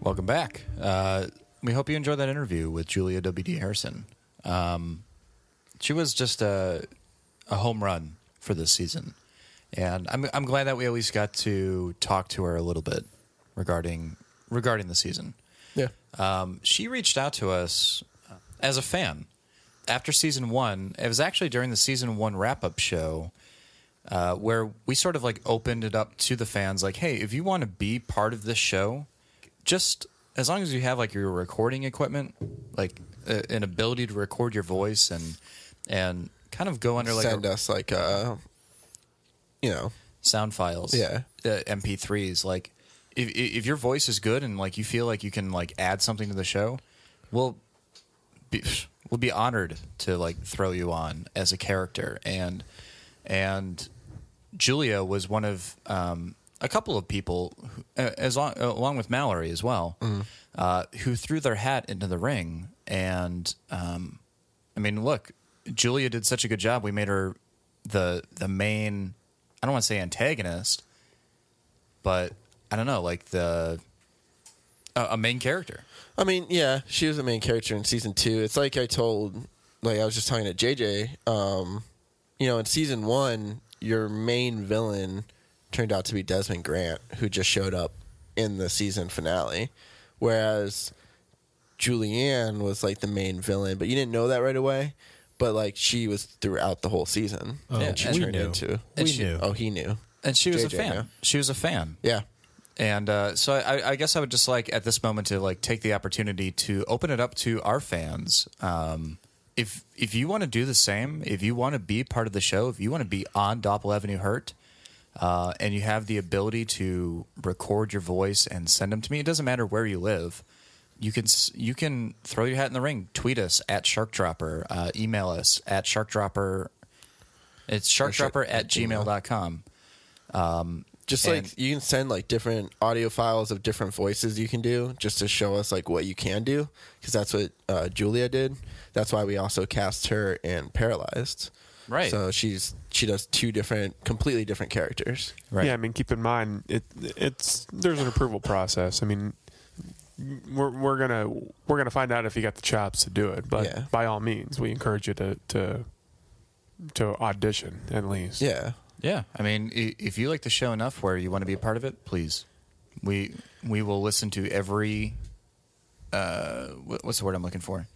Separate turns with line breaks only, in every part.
Welcome back. Uh, we hope you enjoyed that interview with Julia W.D. Harrison. Um, she was just a, a home run for this season. And I'm, I'm glad that we at least got to talk to her a little bit regarding, regarding the season.
Yeah.
Um, she reached out to us uh, as a fan after season one. It was actually during the season one wrap up show uh, where we sort of like opened it up to the fans like, hey, if you want to be part of this show, just as long as you have like your recording equipment, like uh, an ability to record your voice and and kind of go under like
Send
a-
us like uh you know,
sound files,
Yeah.
uh, MP3s. Like, if if if your voice is good and like you feel like you can like add something to the show, we'll be we'll be honored to like throw you on as a character and and Julia was one of um, a couple of people, who, uh, as long, uh, along with Mallory as well, uh, who threw their hat into the ring. And um, I mean, look, Julia did such a good job. We made her the the main. I don't want to say antagonist, but I don't know, like the a a main character.
I mean, yeah, she was the main character in season two. It's like I told, like I was just talking to JJ. Um, you know, in season one, your main villain turned out to be Desmond Grant, who just showed up in the season finale, whereas Julianne was like the main villain, but you didn't know that right away. But like she was throughout the whole season,
Oh,
and she
and we
turned
knew.
into.
We
she-
knew.
Oh, he knew.
And she was a
JJ,
fan.
yeah.
She was a fan.
Yeah,
And uh, so I, I guess I would just like at this moment to like take the opportunity to open it up to our fans. Um, if if you want to do the same, if you want to be part of the show, if you want to be on Doppel Avenue Hurt, uh, and you have the ability to record your voice and send them to me, it doesn't matter where you live. You can s- you can throw your hat in the ring. Tweet us at Shark Dropper. Uh, email us at Shark Dropper. It's sharkdropper at gmail.com.
just
And-
like you can send like different audio files of different voices you can do just to show us like what you can do because that's what uh, julia did that's why we also cast her in paralyzed
Right.
so she's she does two different completely different characters
Right.
Yeah, I mean, keep in mind it it's there's an approval process. I mean, we're we're gonna we're gonna find out if you got the chops to do it. But
Yeah.
by all means, we encourage you to to to audition at least.
yeah
Yeah, I mean, i- if you like the show enough where you want to be a part of it, please. We we will listen to every. Uh, wh- what's the word I'm looking for?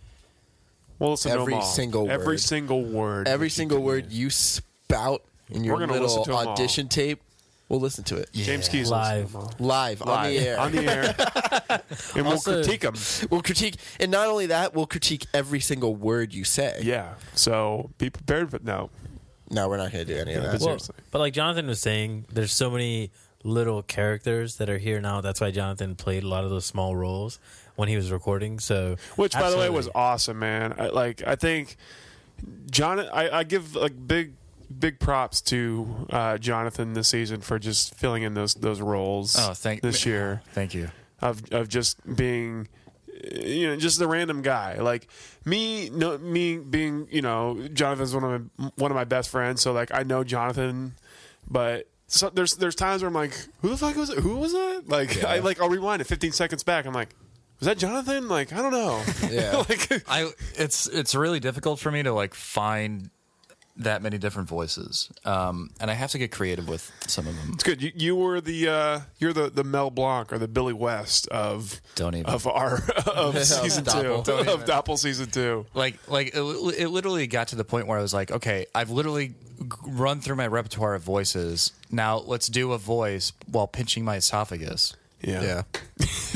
We'll listen to
Every
'em all.
single
every
word.
single word,
every
that you
single
can
word
use.
you spout in
We're
your
gonna
little
listen to 'em all.
audition tape we'll listen to it
James Keys
Live.
live, on the air
on the air, and we'll
Also-
critique them.
we'll critique and not only that we'll critique every single word you say
Yeah, so be prepared. But no,
no we're not going to do any of that
but seriously,
But like Jonathan was saying, there's so many little characters that are here now. That's why Jonathan played a lot of those small roles when he was recording. So,
Which, by the way, was
absolutely.
awesome, man. I, like, I think John. I, I give like big, big props to uh, Jonathan this season for just filling in those those roles.
Oh, thank-
this year
Thank you.
of of just being you know just the random guy like me no me being you know Jonathan's one of my one of my best friends so like I know Jonathan but so there's there's times where I'm like who the fuck was it who was that like I like I'll rewind it 15 seconds back I'm like was that Jonathan like I don't know
Yeah.
like
I it's it's really difficult for me to like find that many different voices, um, and I have to get creative with some of them.
it's good you, you were the uh you're the the Mel Blanc or the Billy West of
Don't even.
of our of season 2
Doppel. Don't
of Doppel season 2
Like like it, li- it literally got to the point where I was like, okay, I've literally g- run through my repertoire of voices. Now let's do a voice while pinching my esophagus.
yeah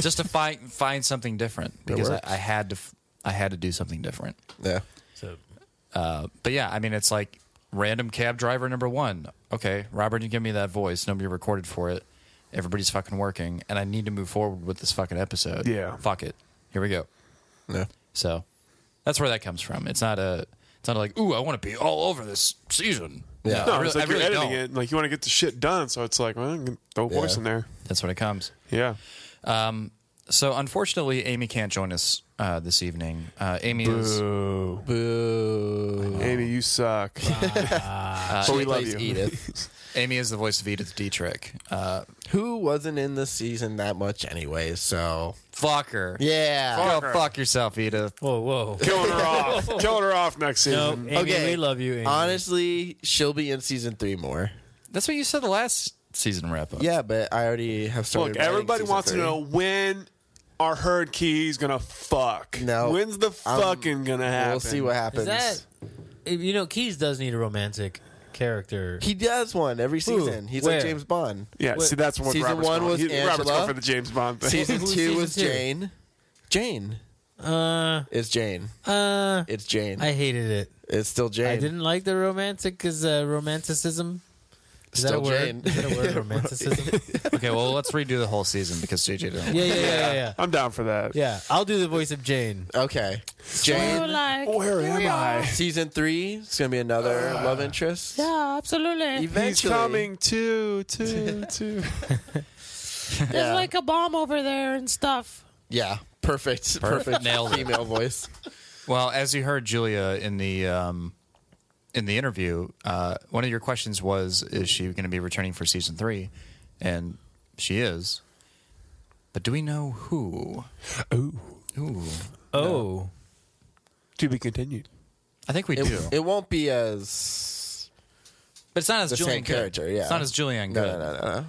just to find find something different because I,
works.
I had to f- I had to do something different. Uh,
Yeah.
so
But yeah, I mean it's like random cab driver number one. Okay, Robert, you give me that voice. Nobody recorded for it. Everybody's fucking working, and I need to move forward with this fucking episode.
Yeah.
fuck it. Here we go.
Yeah.
So that's where that comes from. It's not a. It's not like ooh, I want to be all over this season.
Yeah.
No,
I, really,
it's like
I really
you're editing
don't.
it. and, Like you want to get the shit done, so it's like, well, I'm gonna throw a voice
Yeah.
in there.
That's what it comes.
Yeah,
So unfortunately, Amy can't join us uh, this evening. Uh, Amy is
Boo.
Amy, you suck.
Uh,
but we
she
love
uh,
plays
you.
Edith.
Amy is the voice of Edith Dietrich. Uh,
Who wasn't in this season that much anyway? So
fuck her.
yeah.
Go fuck yourself, Edith.
Whoa, whoa.
Killing her off. Killing her off next
No,
season.
Amy, we love you. Amy.
Honestly, she'll be in season three more.
That's what you said the last season wrap up.
Yeah, but I already have started.
Look,
writing
everybody
season
wants
three.
to know when are Herd Keys gonna fuck?
No.
When's the
I'm-
fucking gonna happen?
We'll see what happens.
Is that you know Keys does need a romantic character.
He does one every season. He's
Where?
like James Bond.
Yeah,
Wait,
see, that's what
season
Robert's
one
going-
was
he- Robert's
Angela.
going for the James Bond thing.
Season two
Who's season
was
two?
Jane. Jane.
Uh,
It's Jane.
uh,
It's Jane.
I hated it.
it's still Jane.
I didn't like the romantic because uh, romanticism. Is that
Still
a word?
Jane.
Is that a word? Romanticism.
Okay, well, let's redo the whole season because JJ didn't.
yeah, yeah, yeah, yeah, yeah.
I'm down for that.
Yeah, I'll do the voice of Jane.
Okay. Jane.
Where am I?
Season three. It's gonna be another love interest.
Yeah, absolutely.
Eventually.
He's coming too, too, too.
Yeah.
a bomb over there and stuff.
yeah. Perfect. Perfect.
Nailed it.
female voice.
Well, as you heard, Julia in the um, in the interview, uh, one of your questions was, "Is she going to be returning for season three? And she is. But do we know who? Ooh, ooh.
Oh,
to be continued.
I think we
It,
do,
it won't be as
but it's not as
the
Julian
same
Good.
character, yeah.
it's not as Julian
no,
Good.
no, no, no,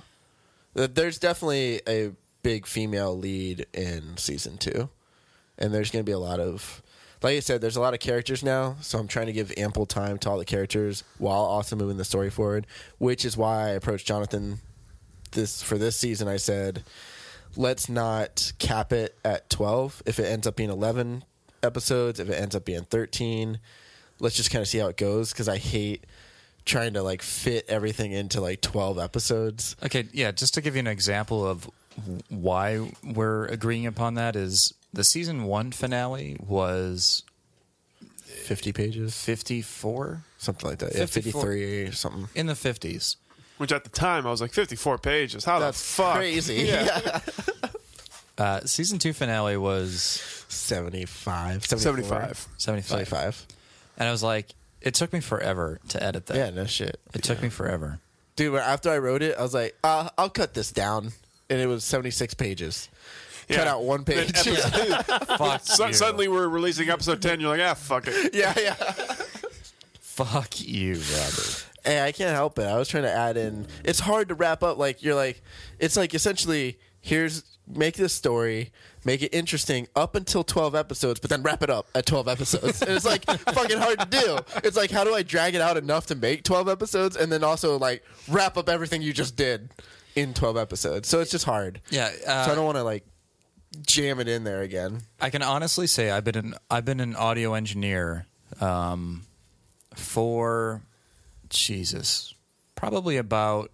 no. There's definitely a big female lead in season two, and there's going to be a lot of, like I said, there's a lot of characters now. So I'm trying to give ample time to all the characters while also moving the story forward, which is why I approached Jonathan this for this season. I said, let's not cap it at 12. If it ends up being 11 episodes, if it ends up being 13, let's just kind of see how it goes because I hate trying to like fit everything into like 12 episodes.
Okay, yeah, just to give you an example of w- why we're agreeing upon that is the season one finale was
50 pages,
54
something like that. Yeah,
54.
53 or something.
in the 50s.
Which at the time I was like 54 pages. How the fuck?
crazy.
Uh, season two finale was
75, 74,
75.
75.
75.
And I was like, it took me forever to edit that.
Yeah, no shit.
It took me forever.
Dude, when- after I wrote it, I was like, uh, I'll cut this down. And it was 76 pages. Cut out one page.
Fuck
Su-
you.
Suddenly we're releasing episode 10. You're like, ah, fuck it.
yeah, yeah.
Fuck you, Robert.
Hey, I can't help it. I was trying to add in. It's hard to wrap up. Like you're like, it's like essentially here's make this story, make it interesting up until twelve episodes, but then wrap it up at twelve episodes. and it's like fucking hard to do. It's like how do I drag it out enough to make twelve episodes, and then also like wrap up everything you just did in twelve episodes. So it's just hard.
Yeah, uh,
so I don't want to like jam it in there again.
I can honestly say I've been an I've been an audio engineer um, for Jesus, probably about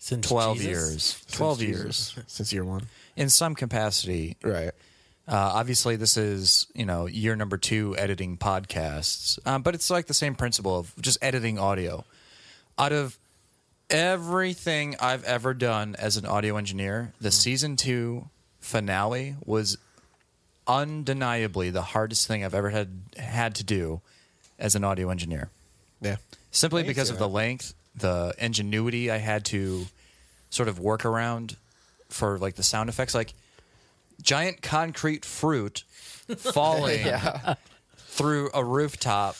since
12
Jesus?
years. 12
Since
years
Jesus- since year one,
in some capacity.
right?
Uh, obviously, this is you know year number two editing podcasts, um, but it's like the same principle of just editing audio. Out of everything I've ever done as an audio engineer,
Hmm.
the season two finale was undeniably the hardest thing I've ever had had to do as an audio engineer
Yeah.
simply
Thanks,
because of
yeah.
the length, the ingenuity I had to sort of work around for like the sound effects, like giant concrete fruit falling through a rooftop.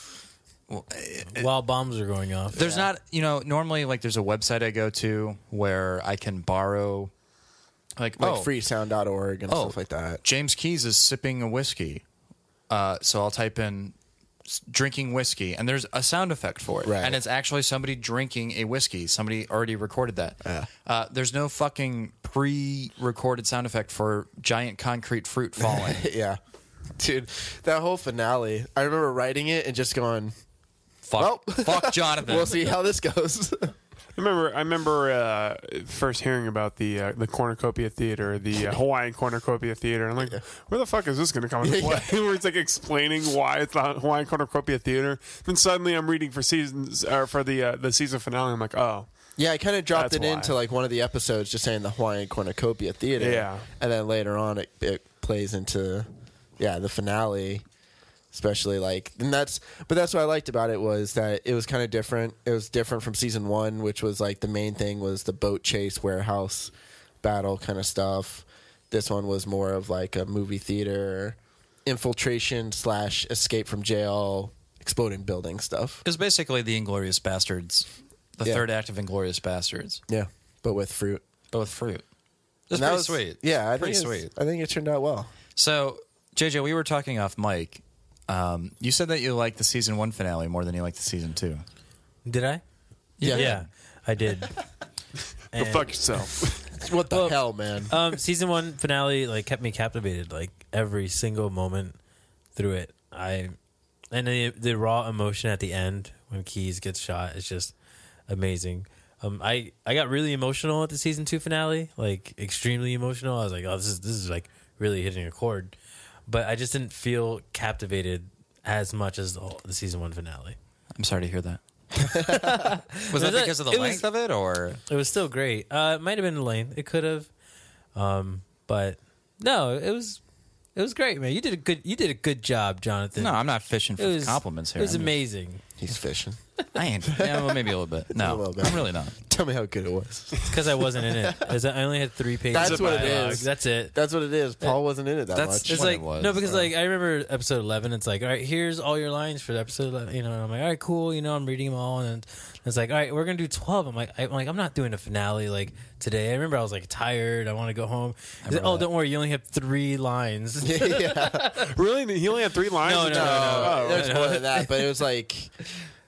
While bombs are going off.
There's not, you know, normally like there's a website I go to where I can borrow, like,
Like
oh,
freesound.org and
Oh.
stuff like that.
James Keys is sipping a whiskey. Uh, so I'll type in s- drinking whiskey, and there's a sound effect for it.
Right.
And it's actually somebody drinking a whiskey. Somebody already recorded that. Uh, there's no fucking pre recorded sound effect for giant concrete fruit falling.
Yeah. Dude, that whole finale, I remember writing it and just going,
fuck,
Well.
fuck Jonathan.
we'll see how this goes.
I remember, I remember uh, first hearing about the uh, the cornucopia theater, the uh, Hawaiian cornucopia theater. And I'm like, where the fuck is this going to come into play? Where it's like explaining why it's not Hawaiian cornucopia theater. Then suddenly I'm reading for seasons or for the uh, the season finale. I'm like, oh,
yeah, I kind of dropped
That's
it
why.
into like one of the episodes just saying the Hawaiian Cornucopia Theater.
Yeah.
And then later on, it, it plays into, yeah, the finale. especially like and that's but that's what i liked about it was that it was kind of different it was different from season one which was like the main thing was the boat chase warehouse battle kind of stuff this one was more of like a movie theater infiltration slash escape from jail exploding building stuff
It was basically the Inglorious Bastards, the
Yeah.
third act of Inglorious Bastards,
yeah but with fruit
but with fruit. That's
And that
pretty
was-
sweet.
yeah i
pretty
think
sweet.
it's- i think it turned out well
So, JJ, we were talking off mic. Um, you said that you liked the season one finale more than you liked the season two.
Did I?
Yeah.
yeah, I did.
Go
And-
fuck yourself.
what the hell man
um, season one finale like kept me captivated like every single moment through it. I and the, the raw emotion at the end when Keys gets shot is just amazing. Um, I I got really emotional at the season two finale, like extremely emotional. I was like, oh, this is this is like really hitting a chord, but I just didn't feel captivated as much as the, whole- the season one finale.
I'm sorry to hear that. was that
that-
because of the
it
length
was-
of it, or
It was still great. Uh, it might have been Lane. It could have, um, but no, it was it was great, man. You did a good you did a good job, Jonathan.
no? I'm not fishing for
it was
compliments here.
It was
I'm just-
amazing
he's fishing
I ain't. Yeah, well, maybe a little bit. No,
little bit.
I'm really not.
tell me how good it was
because I wasn't in it. 'Cause I only had three pages.
That's
of
what it
dialogue.
is.
That's it.
That's what it is. Paul wasn't in it that
That's- That's
much.
It's
what
like
it was,
no, because
bro.
like I remember episode eleven. It's like all right, here's all your lines for episode eleven. You know, and I'm like all right, cool. You know, I'm reading them all, and it's like all right, we're gonna do twelve. I'm like, I'm like, I'm not doing a finale like today. I remember I was like tired. I want to go home. He's like,
remember
oh,
that.
don't worry, you only have three lines.
yeah,
really? He only had three lines.
No,
in
no,
it?
no,
Oh,
there's more than that, but it was like,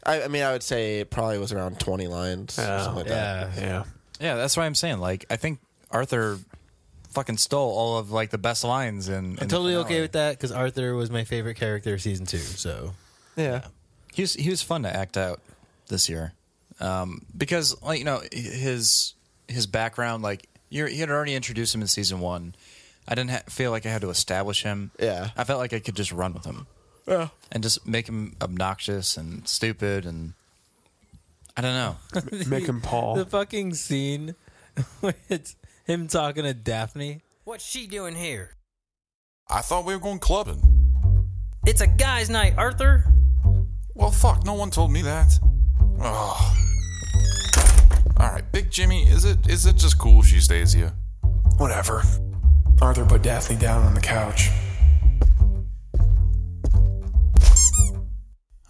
I, I mean, I would say it probably was around 20 lines, or something like that.
yeah.
Yeah.
Yeah, that's why I'm saying. Like, I think Arthur fucking stole all of like the best lines, and
I'm totally okay with that because Arthur was my favorite character of season two. So
Yeah,
He was he was fun to act out this year, um, because like you know h- his his background like you he had already introduced him in season one. I didn't ha- feel like I had to establish him.
Yeah.
I felt like I could just run with him and just make him obnoxious and stupid and I don't know.
Make him
the
Paul.
fucking scene where it's him talking to Daphne.
What's she doing here?
I thought we were going clubbing.
It's a guy's night, Arthur.
Well, fuck, no one told me that. Ugh. All right, Big Jimmy, is it is it just cool she stays here?
Whatever. Arthur put Daphne down on the couch.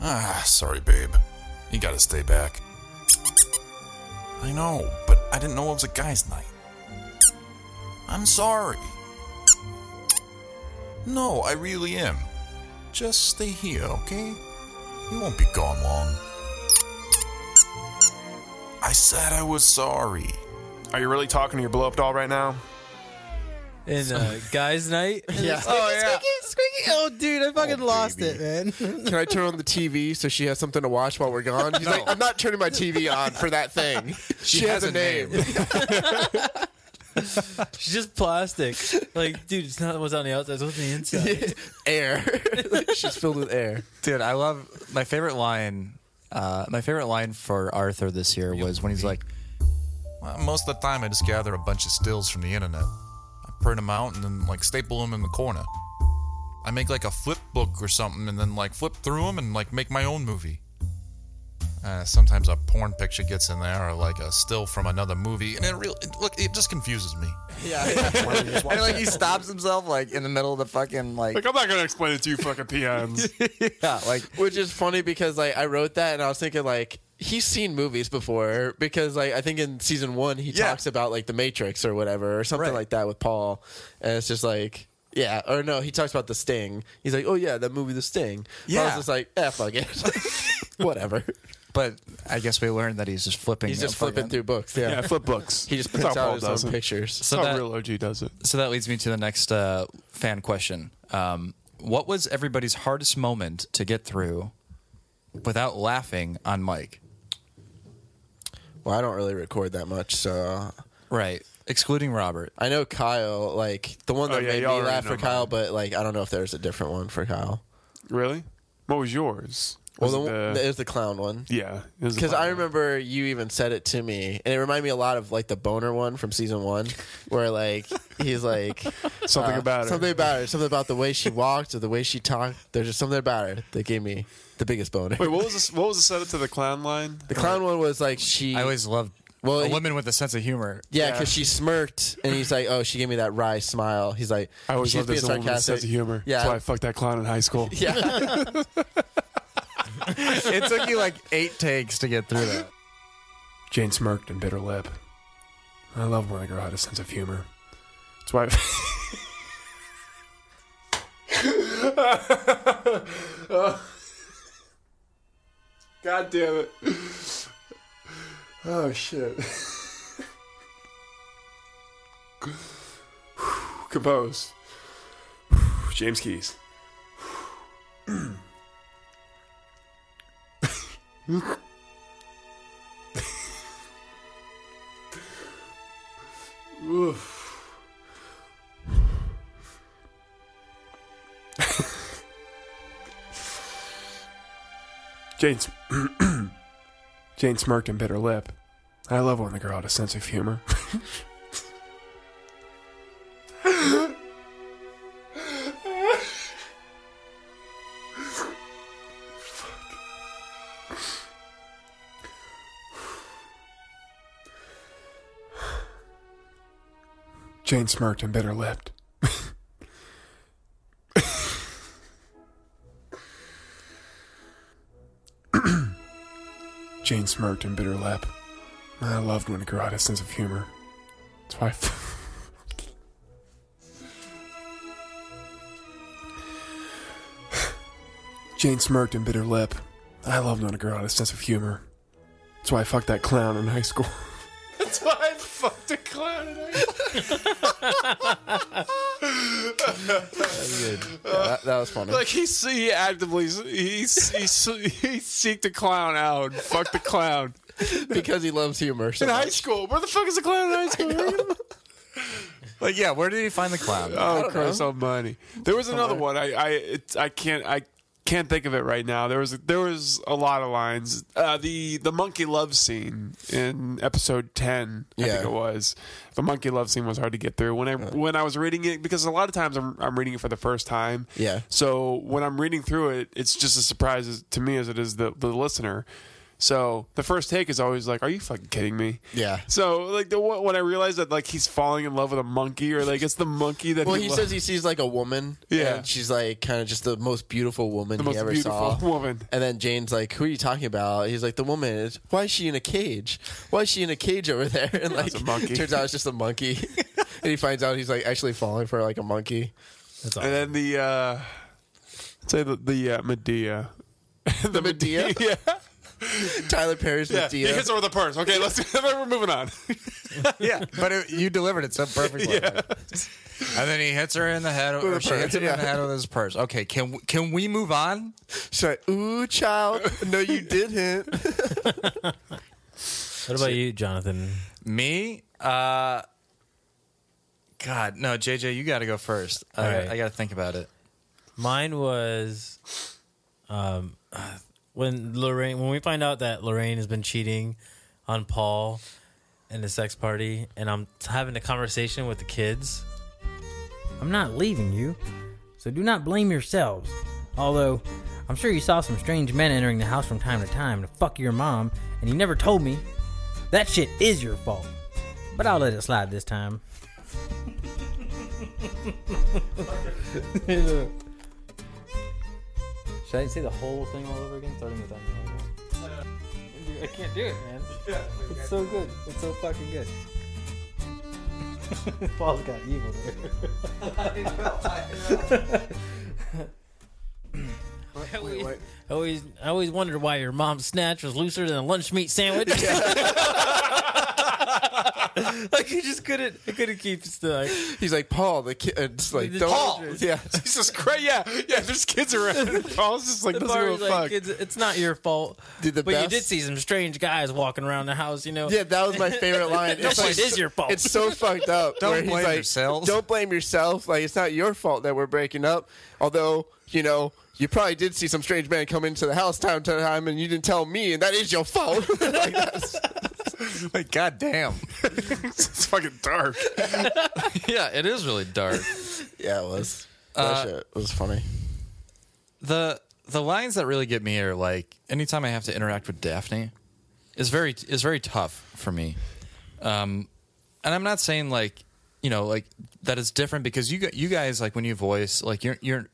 Ah, sorry, babe. You gotta stay back. I know, but I didn't know it was a guy's night. I'm sorry. No, I really am. Just stay here, okay? You won't be gone long. I said I was sorry.
Are you really talking to your blow up doll right now?
In uh, Guys Night,
yeah.
oh yeah, Oh dude, I fucking lost it, man.
Can I turn on the TV so she has something to watch while we're gone? He's like, I'm not turning my TV on for that thing. She, has, a name.
She's just plastic. Like, dude, it's not what's on the outside; it's what's on the inside.
air. She's filled with air.
Dude, I love my favorite line. Uh, my favorite line for Arthur this year was when he's like,
Well, most of the time, I just gather a bunch of stills from the internet. I print them out and then like staple them in the corner. I make like a flip book or something, and then like flip through them and like make my own movie. Uh, sometimes a porn picture gets in there, or like a still from another movie, and it real it, look it just confuses me.
and like he stops himself like in the middle of the fucking
Like, I'm not going to explain it to you fucking peons.
yeah, like
Which is funny because like I wrote that and I was thinking like he's seen movies before because like I think in season one he
Yeah.
talks about like The Matrix or whatever or something
Right.
like that with Paul, and it's just like. Yeah, or no, he talks about the Sting. He's like, "Oh yeah, that movie, The Sting." Yeah, I
Yeah.
was just like, "Eh, fuck it, whatever."
But I guess we learned that he's just flipping.
He's
a
just flipping
fucking-
through books. Yeah,
yeah, flip books.
he just
That's
prints
how
out
Paul
his
does
own
it.
pictures.
That's
So
how
that-
real OG does it.
So that leads me to the next uh, fan question: um, What was everybody's hardest moment to get through without laughing on mic?
Well, I don't really record that much, so
Right, excluding Robert.
I know Kyle. Like the one
Oh,
that
yeah,
made
you
me
already
laugh
know
for Kyle, but like I don't know if there's a different one for Kyle.
Really? What was yours?
Well,
Was
the,
it
one-
the-
it was the clown one.
Yeah,
Because I remember you even said it to me, and it reminded me a lot of like the boner one from season one, where like he's like
something
uh,
about it.
something about her, something about the way she walked or the way she talked. There's just something about her that gave me the biggest boner.
Wait, what was this, what was the setup to the clown line?
the clown one was like she.
I always loved
Well,
a
he-
woman with a sense of humor.
yeah, because she smirked, and he's like, "Oh, she gave me that wry smile." He's like,
I always
she's
loved this
being
old woman's sense of humor.
Yeah,
That's why I fucked that clown in high school.
yeah.
it took you like eight takes to get through that.
Jane smirked and bit her lip. I love when a girl had a sense of humor. That's why. God damn it. Oh shit. Compose. James Keys. Jane, sm- Jane smirked and bit her lip. I love when the girl had a sense of humor. Jane smirked and bit her lip. Jane smirked and bit her lip. I loved when a girl had a sense of humor. That's why. I f- Jane smirked and bit her lip. I loved when a girl had a sense of humor. That's why I fucked that clown in high school. That's why I fucked a clown in high school.
that, that was funny.
Like he, he actively he he, he seeked a clown out. and Fucked the clown.
because he loves humor. So
in high
much.
school. Where the fuck is the clown in high school?
Like, yeah, where did he find the clown?
oh, Christ Almighty! There was another one. I I it's I can't I can't think of it right now. There was there was a lot of lines. Uh, the the monkey love scene in episode ten. I
Yeah.
think it was. The monkey love scene was hard to get through when I when I was reading it because a lot of times I'm I'm reading it for the first time.
Yeah.
So when I'm reading through it, it's just as surprise as, to me as it is the the listener. So the first take is always like, "Are you fucking kidding me?"
Yeah.
So like the one- when I realized that like he's falling in love with a monkey or like it's the monkey that
Well,
he,
he
lo-
says he sees like a woman.
Yeah.
and she's like kind of just the most beautiful woman
the
he
most
ever
beautiful
saw.
woman.
And then Jane's like, "Who are you talking about?" He's like, "The woman. It's- Why is she in a cage? Why is she in a cage over there?" And like,
a monkey.
turns out it's just a monkey. and he finds out he's like actually falling for like a monkey.
That's all.
And then the uh I'd say the the uh, Medea. the
Medea?
Yeah.
Tyler Perry's
Yeah. He
Medea.
hits her with a purse. Okay, let's we're moving on.
yeah, but it, you delivered it so perfectly. And then he hits her in the head, or she hits him in the head with his purse. Okay, can we, can we move on?
She's like, "Ooh, child, no, you didn't."
what about you, Jonathan?
Me? Uh, God, no, JJ, you got to go first. I,
All right.
I got to think about it.
Mine was um, when Lorraine when we find out that Lorraine has been cheating on Paul in the sex party and I'm having a conversation with the kids.
I'm not leaving you, so do not blame yourselves. Although, I'm sure you saw some strange men entering the house from time to time to fuck your mom, and you never told me. That shit is your fault. But I'll let it slide this time. Should I say the whole thing all over again? Starting with that. I can't do it, man. It's so good. It's so fucking good. Paul's got evil there. I always, I always wondered why your mom's snatch was looser than a lunch meat sandwich. like you just couldn't, I couldn't keep still. Like,
He's like, "Paul, the kid." It's like,
The
"Don't."
children.
Yeah.
Jesus Christ, yeah, yeah. There's kids around. Paul's just like
the
doesn't
bar
give
is
a
like,
fuck.
it's, it's not your fault.
Dude, the
but
best-
you did see some strange guys walking around the house, you know?
Yeah, that was my favorite line.
That
It's
shit
like,
is your fault.
It's so fucked up.
Don't
where he's
blame
like,
yourselves.
Don't blame yourself. Like it's not your fault that we're breaking up. Although you know you probably did see some strange man come into the house time to time, and you didn't tell me, and that is your fault. Like, that's-
Like, goddamn.
it's fucking dark.
yeah, it is really dark.
yeah, it was. That
Uh,
shit was funny.
the the lines that really get me are like anytime I have to interact with Daphne is very is very tough for me. Um, and I'm not saying like you know like that is different because you gu- you guys like when you voice like you're you're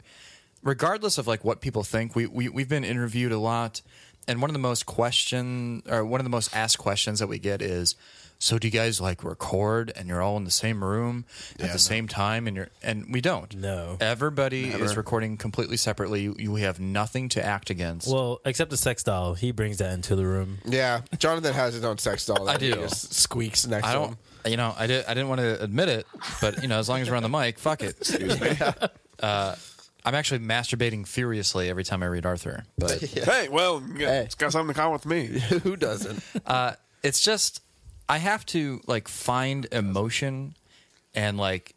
regardless of like what people think we, we we've been interviewed a lot and one of the most question or one of the most asked questions that we get is so do you guys like record and you're all in the same room at the same time and you're and we don't
No.
everybody is recording completely separately you, you have nothing to act against
Well, except the sex doll, he brings that into the room.
Yeah, Jonathan has his own sex doll. That
I
he
do.
just squeaks next
I
to
don't.
him.
You know, I did. I didn't want to admit it, but you know, as long as we're on the mic, fuck it. Uh, I'm actually masturbating furiously every time I read Arthur, but
Hey, well, it's got something in common with me.
Who doesn't?
it's just I have to like find emotion and like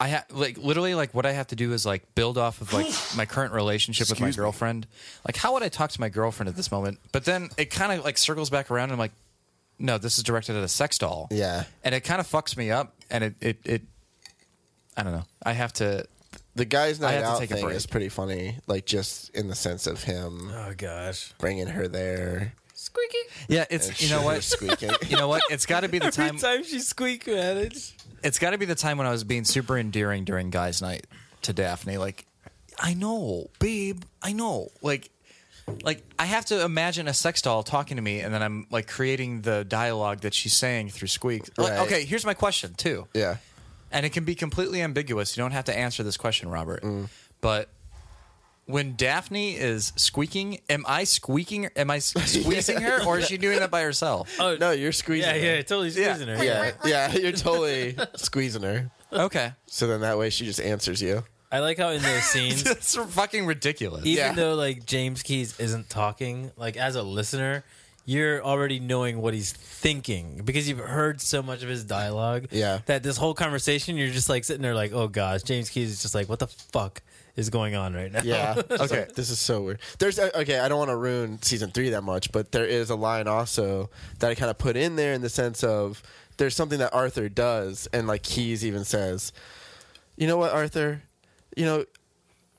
I have like literally like what I have to do is like build off of like my current relationship with my
Excuse me.
girlfriend. Like how would I talk to my girlfriend at this moment? But then it kind of like circles back around and I'm like no, this is directed at a sex doll.
Yeah.
And it kind of fucks me up and it it, it I don't know. I have to
The guys'
I
night
have to
out
take a
thing
break.
is pretty funny. Like just in the sense of him
Oh gosh.
bringing her there.
Yeah, it's you know
Sure,
what?
Squeaking.
Oh, You know what? It's got to be the time
she squeaked at it.
it's got to be the time when I was being super endearing during guys' night to Daphne. Like, I know, babe, I know. Like, like I have to imagine a sex doll talking to me, and then I'm like creating the dialogue that she's saying through squeaks. Like,
Right.
okay, here's my question too,
yeah.
and it can be completely ambiguous. You don't have to answer this question, Robert.
Mm.
But when Daphne is squeaking, am I squeaking? Am I s- squeezing her, or is she doing that by herself?
Oh
No, you're squeezing.
yeah, yeah,
her.
totally squeezing her.
yeah, yeah. You're totally squeezing her.
Okay,
So then that way she just answers you.
I like how in those scenes, even
that's fucking ridiculous.
Yeah.
though like James Keys isn't talking, like as a listener, you're already knowing what he's thinking because you've heard so much of his dialogue.
Yeah.
That this whole conversation, you're just like sitting there like, oh gosh, James Keys is just like, what the fuck is going on right now?
Yeah.
Okay.
okay. This is so weird. There's uh, okay. I don't want to ruin season three that much, but there is a line also that I kind of put in there in the sense of there's something that Arthur does, and like Keys even says, "You know what, Arthur? You know,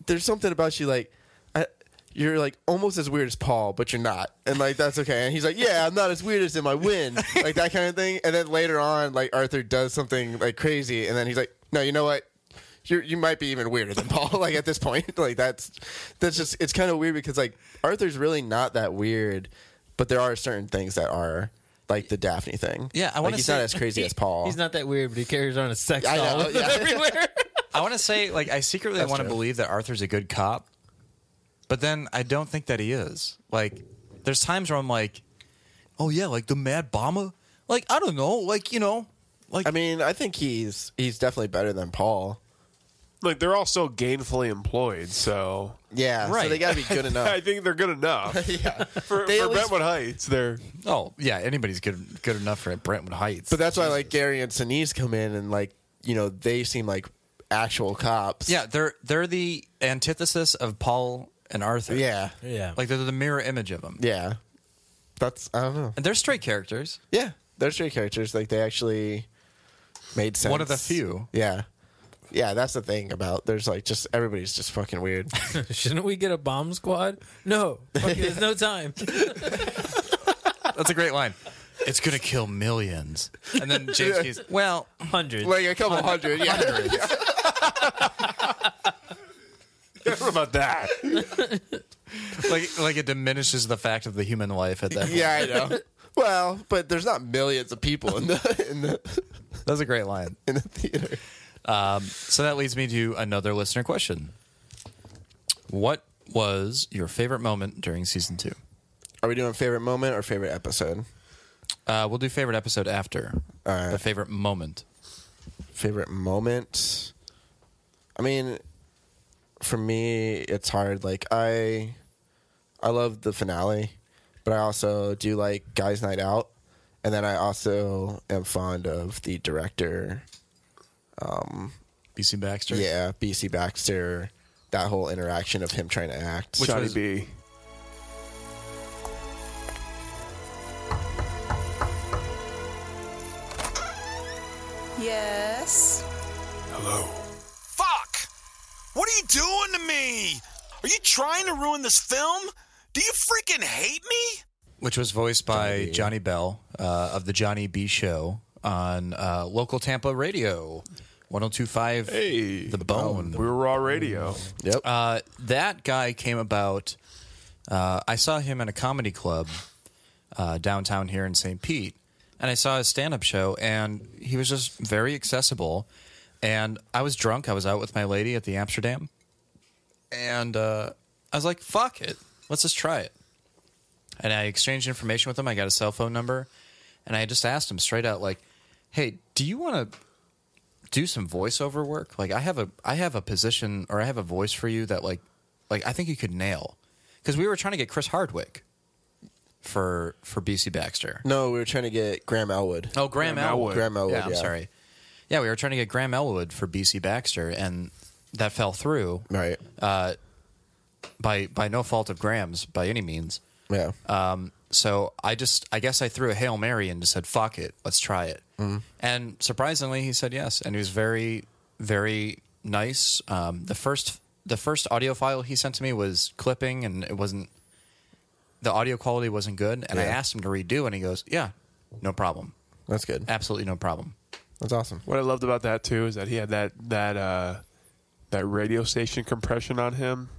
there's something about you like." I, you're like almost as weird as Paul, but you're not, and like that's okay. And he's like, "Yeah, I'm not as weird as him. I win," like that kind of thing. And then later on, like Arthur does something like crazy, and then he's like, "No, you know what? you you might be even weirder than Paul. Like at this point, like that's that's just it's kind of weird because like Arthur's really not that weird, but there are certain things that are like the Daphne thing.
Yeah, I
like,
wanna
he's
say-
not as crazy as Paul.
He's not that weird, but he carries on a sex
I
doll
know,
with
yeah.
him everywhere.
I want to say, like, I secretly want to
true.
believe that Arthur's a good cop, but then I don't think that he is. Like, there's times where I'm like, oh yeah, like the Mad Bomber. Like, I don't know. Like, you know, like
I mean, I think he's he's definitely better than Paul.
Like they're all still gainfully employed, so
Yeah, So
Right.
they got to be good
I
enough.
think they're good enough
Oh. yeah,
for, for
They at least-
Brentwood Heights. They're
oh yeah, anybody's good good enough for Brentwood Heights.
but that's why like Gary and Sinise come in and like you know they seem like actual cops.
yeah, they're they're the antithesis of Paul and Arthur.
yeah,
yeah.
like they're the mirror image of them.
yeah. That's I don't know.
And they're straight characters.
Yeah, they're straight characters. Like they actually made sense.
One of the few.
Yeah, yeah. That's the thing about there's like just everybody's just fucking weird.
Shouldn't we get a bomb squad? No. Fuck you, there's no time.
That's a great line. It's gonna kill millions. And then James Keys. Well,
Hundreds.
like a couple hundred. Yeah,
what about that?
like like it diminishes the fact of the human life at that. Point.
yeah. I know. Well, but there's not millions of people in the in the
that was a great line. Um,
in the theater.
So that leads me to another listener question. What was your favorite moment during season two?
Are we doing favorite moment or favorite episode?
Uh, we'll do favorite episode after.
All right.
The favorite moment.
Favorite moment. I mean, for me, it's hard. Like I, I love the finale, but I also do like Guys Night Out, and then I also am fond of the director.
BC Baxter.
Yeah, BC Baxter, that whole interaction of him trying to act.
Which
Johnny
was-
B.
Yes.
Fuck! What are you doing to me? Are you trying to ruin this film? Do you freaking hate me?
which was voiced by Johnny Bell uh, of the Johnny B Show on uh, local Tampa radio, 102.5
Hey,
The Bone.
We were raw radio.
Yep.
Uh, that guy came about. Uh, I saw him in a comedy club uh, downtown here in St. Pete, and I saw his stand-up show, and he was just very accessible. And I was drunk. I was out with my lady at the Amsterdam, and uh, I was like, "Fuck it, let's just try it." And I exchanged information with him. I got his cell phone number, and I just asked him straight out, like, "Hey, do you want to do some voiceover work. Like I have a I have a position or I have a voice for you that like like I think you could nail. Because we were trying to get Chris Hardwick for for BC Baxter.
no, we were trying to get Graham Elwood.
Oh, Graham,
Graham
Elwood.
Elwood.
Graham Elwood,
Yeah, I'm
yeah.
sorry. Yeah, we were trying to get Graham Elwood for BC Baxter, and that fell through
Right.
by by no fault of Graham's by any means.
yeah.
Um, so I just, I guess I threw a hail mary and just said, "Fuck it, let's try it." And surprisingly, he said yes, and he was very, very nice. Um, the first, the first audio file he sent to me was clipping, and it wasn't. The audio quality wasn't good, and I
Yeah.
asked him to redo, and he goes, "Yeah, no problem,
That's good.
absolutely no problem."
That's awesome.
What I loved about that too is that he had that that uh, that radio station compression on him.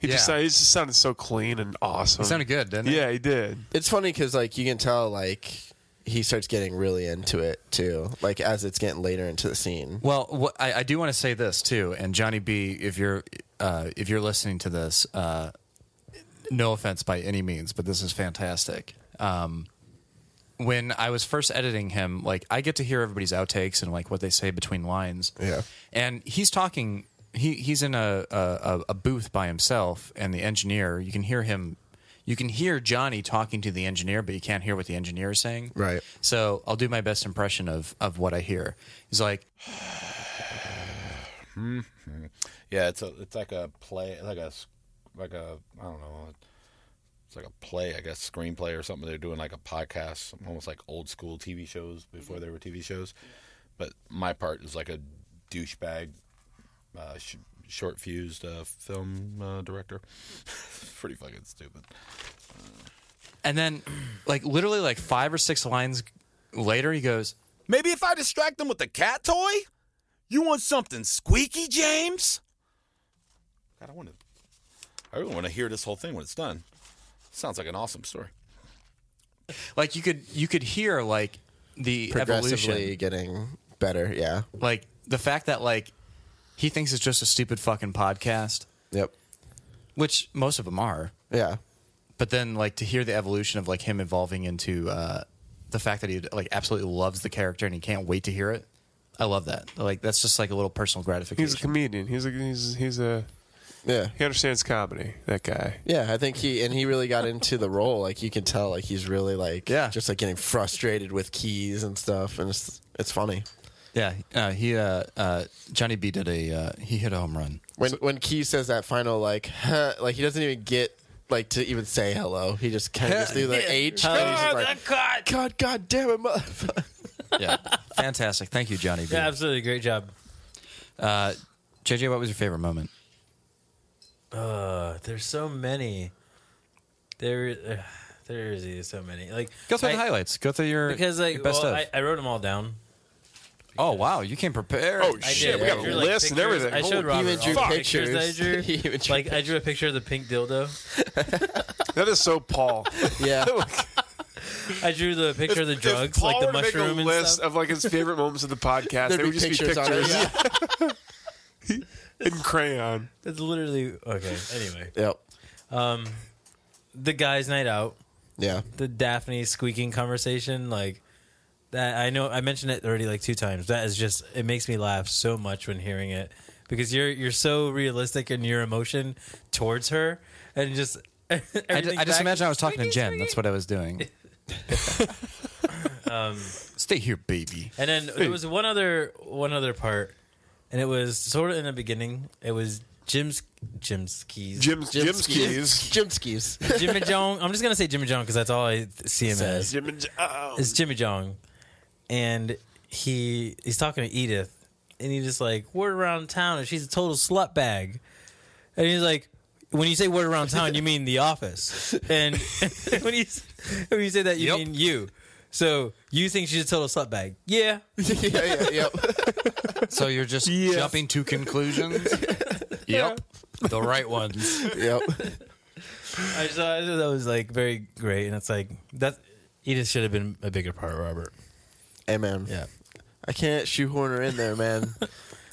He just
Yeah.
sounded, he just sounded so clean and awesome.
He sounded good, didn't he?
Yeah, he did.
It's funny because like you can tell like he starts getting really into it too, like as it's getting later into the scene.
Well, what, I, I do want to say this too, and Johnny B, if you're uh, if you're listening to this, uh, no offense by any means, but this is fantastic. Um, when I was first editing him, like I get to hear everybody's outtakes and like what they say between lines.
Yeah.
and he's talking. He he's in a a, a- a booth by himself, and the engineer. You can hear him. You can hear Johnny talking to the engineer, but you can't hear what the engineer is saying.
Right.
So I'll do my best impression of of what I hear. He's like,
Yeah, it's a it's like a play, like a s- like a I don't know, it's like a play, I guess, screenplay or something. They're doing like a podcast, almost like old school TV shows before they were TV shows. But my part is like a douchebag, uh, sh- short fused uh, film uh, director. Pretty fucking stupid.
And then, like literally, like five or six lines later, he goes,
Maybe if I distract them with the cat toy? You want something squeaky, James?
God, I want to. I really want to hear this whole thing when it's done. Sounds like an awesome story.
like you could you could hear like the
Progressively
evolution,
getting better. Yeah.
like the fact that like he thinks it's just a stupid fucking podcast,
Yep.
which most of them are.
Yeah.
But then, like to hear the evolution of like him evolving into uh, the fact that he like absolutely loves the character and he can't wait to hear it. I love that. Like that's just like a little personal gratification.
He's a comedian. He's a he's he's a
Yeah.
he understands comedy. That guy.
Yeah, I think he and he really got into the role. Like you can tell, like he's really like
Yeah.
just like getting frustrated with keys and stuff, and it's it's funny.
yeah, uh, he uh, uh, Johnny B did a uh, he hit a home run.
When when Key says that final like huh, like he doesn't even get like to even say hello. He just kind of just do the H. and he's just like,
God.
God, God damn it, motherfucker!
Yeah, fantastic. Thank you, Johnny B.
Yeah, absolutely. Great job.
JJ, what was your favorite moment?
Uh, there's so many. There, uh, there is either so many. Like
Go through
I-
the highlights. Go through your,
Because like,
your best
well,
of.
I, I wrote them all down.
oh wow, you came prepared.
Oh
I
shit,
did.
we got
I
a
drew,
list
like,
and
pictures.
everything.
I showed
Holy-
Robert
even
all
drew
the pictures.
pictures.
that I drew.
He even drew
like I drew a picture of the pink dildo.
that is so Paul.
Yeah,
I drew the picture of the
If
drugs,
Paul
like the
were to
mushroom
make
and
a list
stuff.
of like his favorite moments of the podcast.
there'd
they
be
would just
pictures,
be
on it.
pictures
Yeah.
in crayon.
That's literally okay. Anyway,
yep,
the guys' night out.
yeah,
the Daphne squeaking conversation, like that. I know I mentioned it already like two times. That is just it makes me laugh so much when hearing it because you're you're so realistic in your emotion towards her and just.
I, ju- I just imagine I was talking to Jen. That's what I was doing.
Um,
Stay here, baby.
And then there was one other one other part, and it was sort of in the beginning. It was Jim's Jim's keys.
Jim's- Jim's keys.
Jim's keys.
Jimmy Jong. I'm just gonna say Jimmy Jong because that's all I th- see him as.
Jimmy Jong.
It's Jimmy Jong, and he he's talking to Edith, and he's just like, "Word around town, and she's a total slut bag," and he's like. When you say word around town, you mean the office, and when you s- when you say that, you mean you. So you think she's a total slut bag? Yeah,
yeah, yeah.
So you're just jumping to conclusions. yep, the right ones.
Yep.
I just thought I thought that was like very great, and it's like that. Edith should have been a bigger part, Robert.
Hey, man.
Yeah.
I can't shoehorn her in there, man.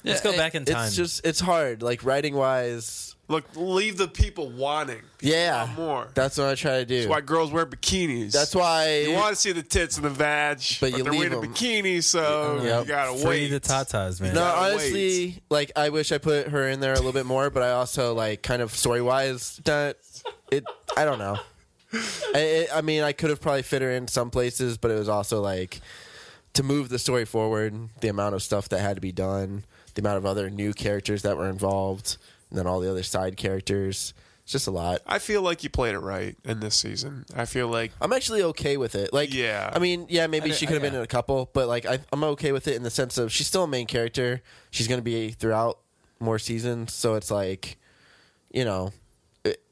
Let's go back in time.
It's just, it's hard. Like, writing wise,
Look, leave the people wanting.
yeah.
Want more.
That's what I try to do.
That's why girls wear bikinis.
That's why-
you want to see the tits and the vag,
But
but,
you
they're
leave
wearing a
them.
bikini, so
Yep.
you gotta
free
wait.
the tatas, man.
No,
gotta
honestly, like I wish I put her in there a little bit more, but I also like kind of story wise, it. I don't know. I, it, I mean, I could have probably fit her in some places, but it was also like to move the story forward, the amount of stuff that had to be done, the amount of other new characters that were involved, and then all the other side characters. It's just a lot.
I feel like you played it right in this season. I feel like
I'm actually okay with it. Like,
Yeah.
I mean, yeah, maybe she could have been in a couple, but like, I, I'm okay with it in the sense of she's still a main character. She's going to be throughout more seasons, so it's like, you know, it,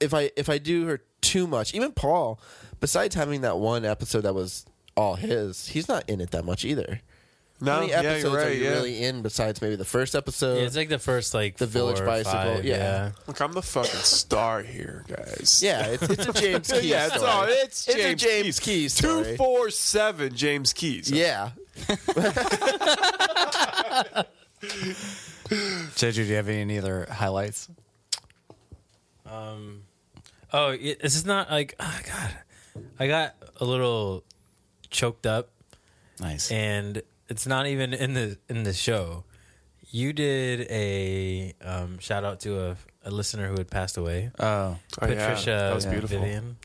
if I if I do her too much, even Paul, besides having that one episode that was all his, he's not in it that much either.
no,
How many
yeah,
episodes
you're
are
right.
you
Yeah,
really in besides maybe the first episode?
Yeah, it's like the first like
The Village
four or
Bicycle,
five,
yeah.
look, I'm the fucking star here, guys.
yeah, it's, it's a James Key.
yeah, it's
story.
all it's
It's a
James,
James Key story.
Two four seven James Keys.
yeah.
JJ, do you have any other highlights?
Oh, it, this is not like oh god. I got a little choked up,
Nice.
and it's not even in the in the show. You did a um, shout out to a, a listener who had passed away,
Oh,
Oh, yeah.
Patricia
that was beautiful.
Vivian.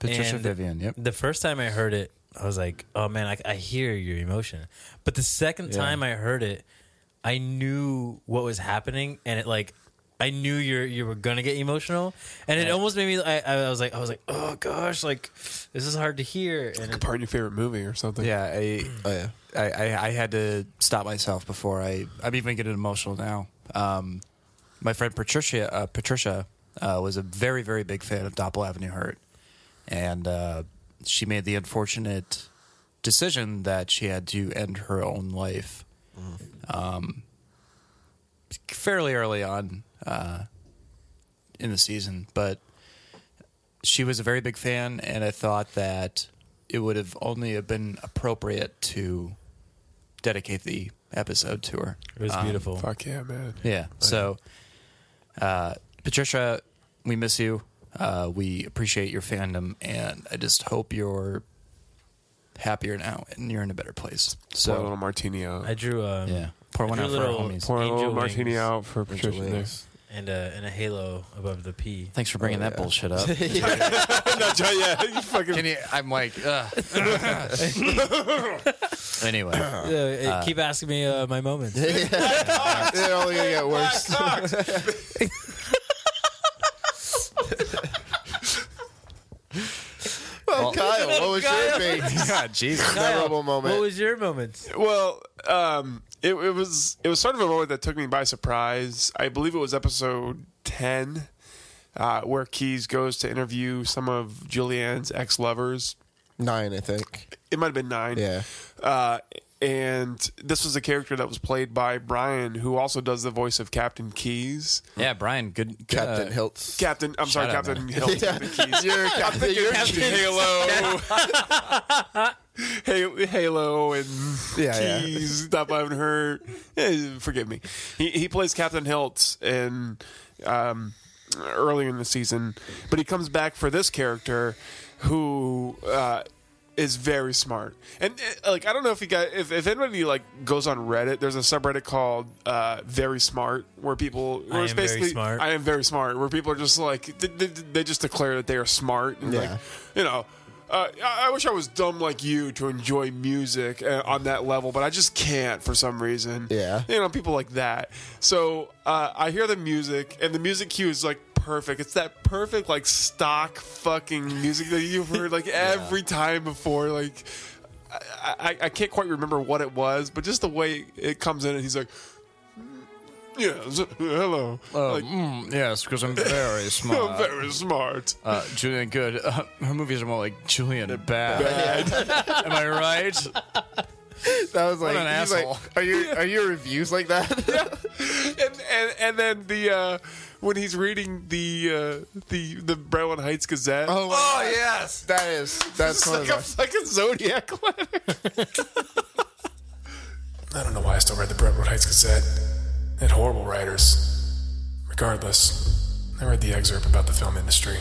Patricia
And
Vivian. Yep.
The first time I heard it, I was like, "Oh man, I, I hear your emotion." But the second time I heard it, I knew what was happening, and it like, I knew you you were gonna get emotional, and it almost made me. I, I was like, I was like, "Oh gosh, like this is hard to hear." And it,
Part in your favorite movie or something.
Yeah, I, I, I, I had to stop myself before I. I'm even getting emotional now. Um, my friend Patricia, uh, Patricia, uh, was a very, very big fan of Doppel Avenue Hurt, and uh, she made the unfortunate decision that she had to end her own life, um, fairly early on uh, in the season, but she was a very big fan, and I thought that it would have only have been appropriate to dedicate the episode to her.
it was beautiful.
Fuck yeah, man.
Yeah. So, uh, Patricia, we miss you. Uh, we appreciate your fandom, and I just hope you're happier now and you're in a better place.
Pour a little
So,
martini out.
I drew um,
yeah, pour one
Drew
out for our
Little-
homies.
Pour a
Angel
little martini
wings.
out for Patricia. There.
Wings.
and a and a halo above the P.
Thanks for bringing that bullshit up.
Not Joe, yeah, you fucking.
Oh, Can you, I'm like, ugh. anyway,
Uh, it- keep asking me uh, my moments.
They're only gonna get worse. well, Oh, Kyle, what was your big
God, Jesus.
memorable moment?
what was your moments?
Well, um, it, it was it was sort of a moment that took me by surprise. I believe it was episode ten, uh, where Keys goes to interview some of Julianne's ex lovers.
Nine, I think.
It might have been nine.
Yeah.
Uh, and this was a character that was played by Brian, who also does the voice of Captain Keys.
Yeah, Brian, good.
Captain
uh,
Hiltz.
Captain, I'm sorry,
out,
Captain Hill. Captain Keys.
You're Captain. You're
Captain Halo. Halo, Halo and
Oh, Yeah, yeah.
Keys, Stop I Haven't Heard. Eh, forgive me. He, he plays Captain Hiltz in, um, earlier in the season, but he comes back for this character who uh, is very smart. And eh, like I don't know if you got if, if anybody like goes on Reddit, there's a subreddit called uh, Very Smart where people where
I
it's
am very
basically
smart.
I am very smart where people are just like they, they, they just declare that they are smart and
Yeah.
like you know Uh, I, I wish I was dumb like you to enjoy music uh, on that level, but I just can't for some reason.
Yeah.
You know, people like that. So uh, I hear the music, and the music cue is like perfect. It's that perfect, like, stock fucking music that you've heard like every time before. Like, I, I, I can't quite remember what it was, but just the way it comes in, and he's like, "Mm, yeah, hello. Like,
mm, yes, because I'm very smart.
I'm very smart.
Uh, Julian Good. Uh, her movies are more like Julian Bad. Am I right?
That was
What
like,
an
he's like,
asshole.
are you are your reviews like that?
and, and and then the uh, when he's reading the uh, the the Brown Heights Gazette.
Oh, my God.
yes,
that is that's
it's
one of the
like a fucking zodiac letter.
I don't know why I still read the Brentwood Heights Gazette. It had horrible writers. Regardless, I read the excerpt about the film industry.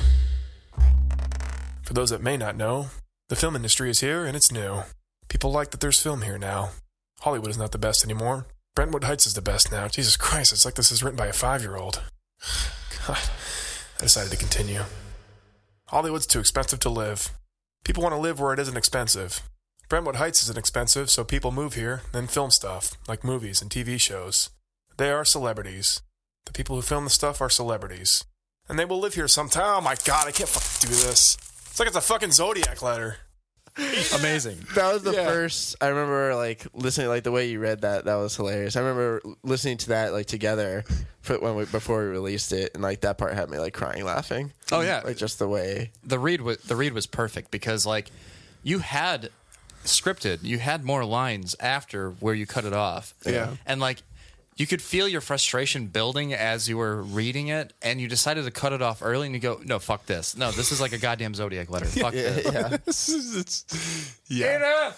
For those that may not know, the film industry is here and it's new. People like that there's film here now. Hollywood is not the best anymore. Brentwood Heights is the best now. Jesus Christ, it's like this is written by a five year old. God, I decided to continue. Hollywood's too expensive to live. People want to live where it isn't expensive. Brentwood Heights isn't expensive, so people move here and film stuff, like movies and TV shows. They are celebrities. The people who film the stuff are celebrities. And they will live here sometime. Oh my god, I can't fucking do this. It's like it's a fucking zodiac letter.
Amazing.
That was the first I remember like listening like the way you read that that was hilarious. I remember listening to that like together for when we before we released it and like that part had me like crying laughing.
Oh, yeah.
Like just the way
the read was the read was perfect because like you had scripted, you had more lines after where you cut it off.
Yeah.
And like you could feel your frustration building as you were reading it and you decided to cut it off early and you go, No, fuck this. No, this is like a goddamn zodiac letter. Fuck this.
This is- it's- yeah.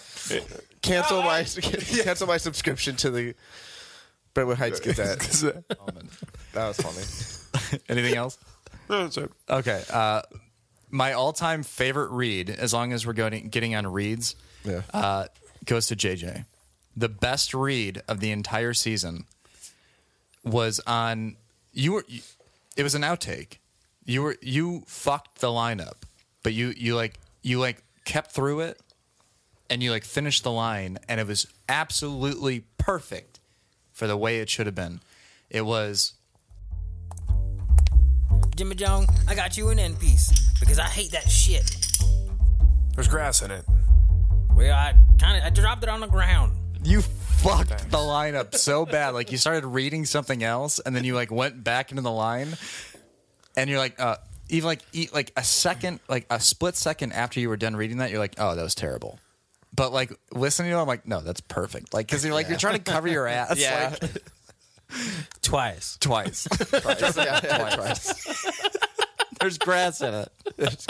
cancel my cancel my subscription to the Brentwood Heights Gazette.
Gazette.
that was funny.
Anything else?
That's it.
Okay. Uh, my all-time favorite read, as long as we're going getting on reads,
Yeah.
uh, goes to JJ. The best read of the entire season was on you were. you- It was an outtake. You were you fucked the lineup, but you you like you like kept through it, and you like finished the line, and it was absolutely perfect for the way it should have been. It was
Jimmy Jones, I got you an end piece because I hate that shit.
There's grass in it.
Well, I kind of I dropped it on the ground.
you fucked the lineup so bad. Like you started reading something else, and then you like went back into the line, and you're like, uh, even like eat like a second, like a split second after you were done reading that, you're like, oh, that was terrible. But like listening to it, I'm like, no, that's perfect. Like because you're like you're trying to cover your ass.
Yeah.
like,
Twice.
twice.
Twice. Yeah, yeah, twice.
There's grass in it.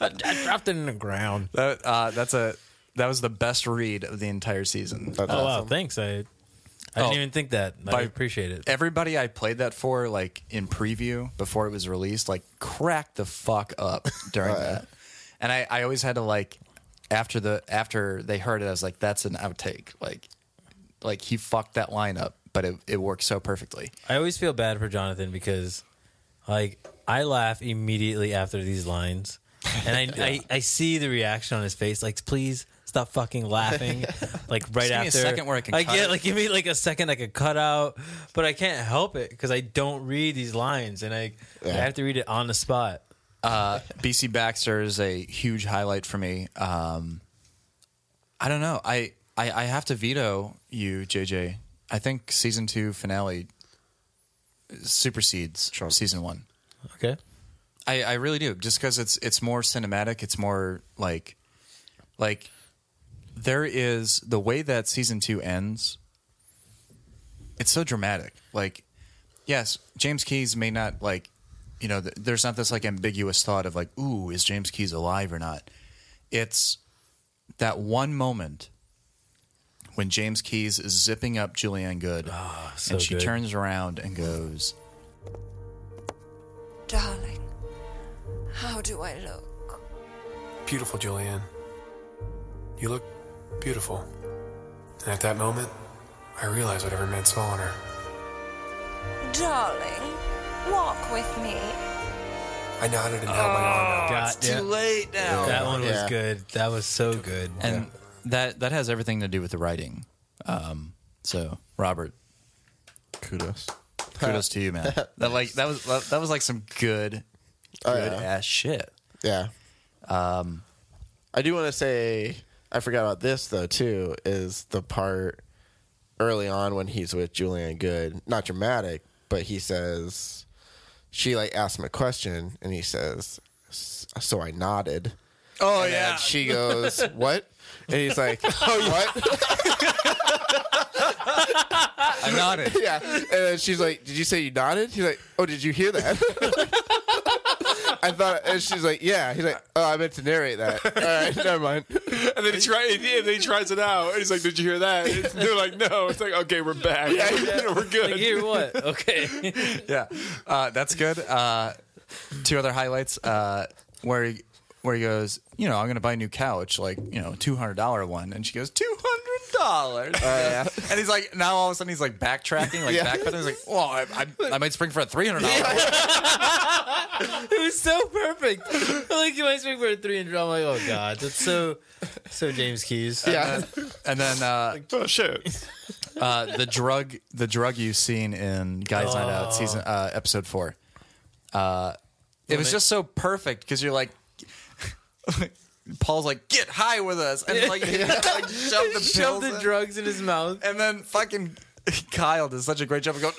I dropped it in the ground.
That, uh, that's a that was the best read of the entire season.
That's
Oh wow,
awesome.
thanks. I I
Oh.
didn't even think that. I
By-
appreciate it.
everybody I played that for, like in preview before it was released, like cracked the fuck up during that. And I, I always had to like after the after they heard it, I was like, that's an outtake. Like like he fucked that line up, but it, it worked so perfectly.
I always feel bad for Jonathan because, like, I laugh immediately after these lines, and I, I, I see the reaction on his face. Like, please stop fucking laughing. Like right
give me a
after,
second where I can cut
get
it.
like give me like a second I could cut out, but I can't help it because I don't read these lines, and I I have to read it on the spot.
Uh, BC Baxter is a huge highlight for me. Um, I don't know. I, I, I have to veto you, JJ. I think season two finale supersedes season one.
Okay,
I, I really do. Just because it's it's more cinematic, it's more like like there is the way that season two ends. It's so dramatic. Like, yes, James Keys may not like, you know, th- there's not this like ambiguous thought of like, ooh, is James Keys alive or not? It's that one moment when James Keys is zipping up Julianne Good,
Ah, so
and she
good.
turns around and goes.
Darling, how do I look?
Beautiful, Julianne. You look beautiful. And at that moment, I realized what every man saw in her.
Darling, walk with me.
I nodded and held my
Oh.
arm
Oh,
out.
God, yeah. That one was good. That was so good.
And that that has everything to do with the writing. Um, so Robert,
kudos,
kudos to you, man. That like that was that was like some good, good
Oh, yeah.
ass shit.
Yeah. Um, I do want to say I forgot about this though too. Is the part early on when he's with Julian Good? Not dramatic, but he says she like asked him a question, and he says, "S- "So I nodded."
Oh,
And then
yeah.
she goes, "What?" And he's like, "Oh, what?"
I nodded.
yeah. And then she's like, Did you say you nodded? He's like, Oh, did you hear that? I thought, and she's like, Yeah. He's like, Oh, I meant to narrate that. All right, never mind.
And then he tries, and then he tries it out. And he's like, "Did you hear that?" And they're like, "No." It's like, "Okay, we're back. we're good."
hear what? Okay.
yeah, uh, that's good. Uh, two other highlights uh, where he, where he goes, you know, I'm going to buy a new couch, like you know, two hundred dollar one, and she goes two hundred dollars. And he's like, now all of a sudden he's like backtracking, like
Yeah.
backpedaling. He's like, well, I, I, I might spring for a three hundred dollar.
it was so perfect. like you might speak for a three and I'm like, oh god, that's so so James Keys.
Yeah. And then uh,
oh shit,
uh, the drug the drug use scene in Guys Night
Oh.
Out season uh, episode four. Uh, it
When
was
they-
just so perfect because you're like. Paul's like, get high with us, and like,
Yeah.
like shove the,
Shoved the drugs in his mouth,
and then fucking Kyle does such a great job of going.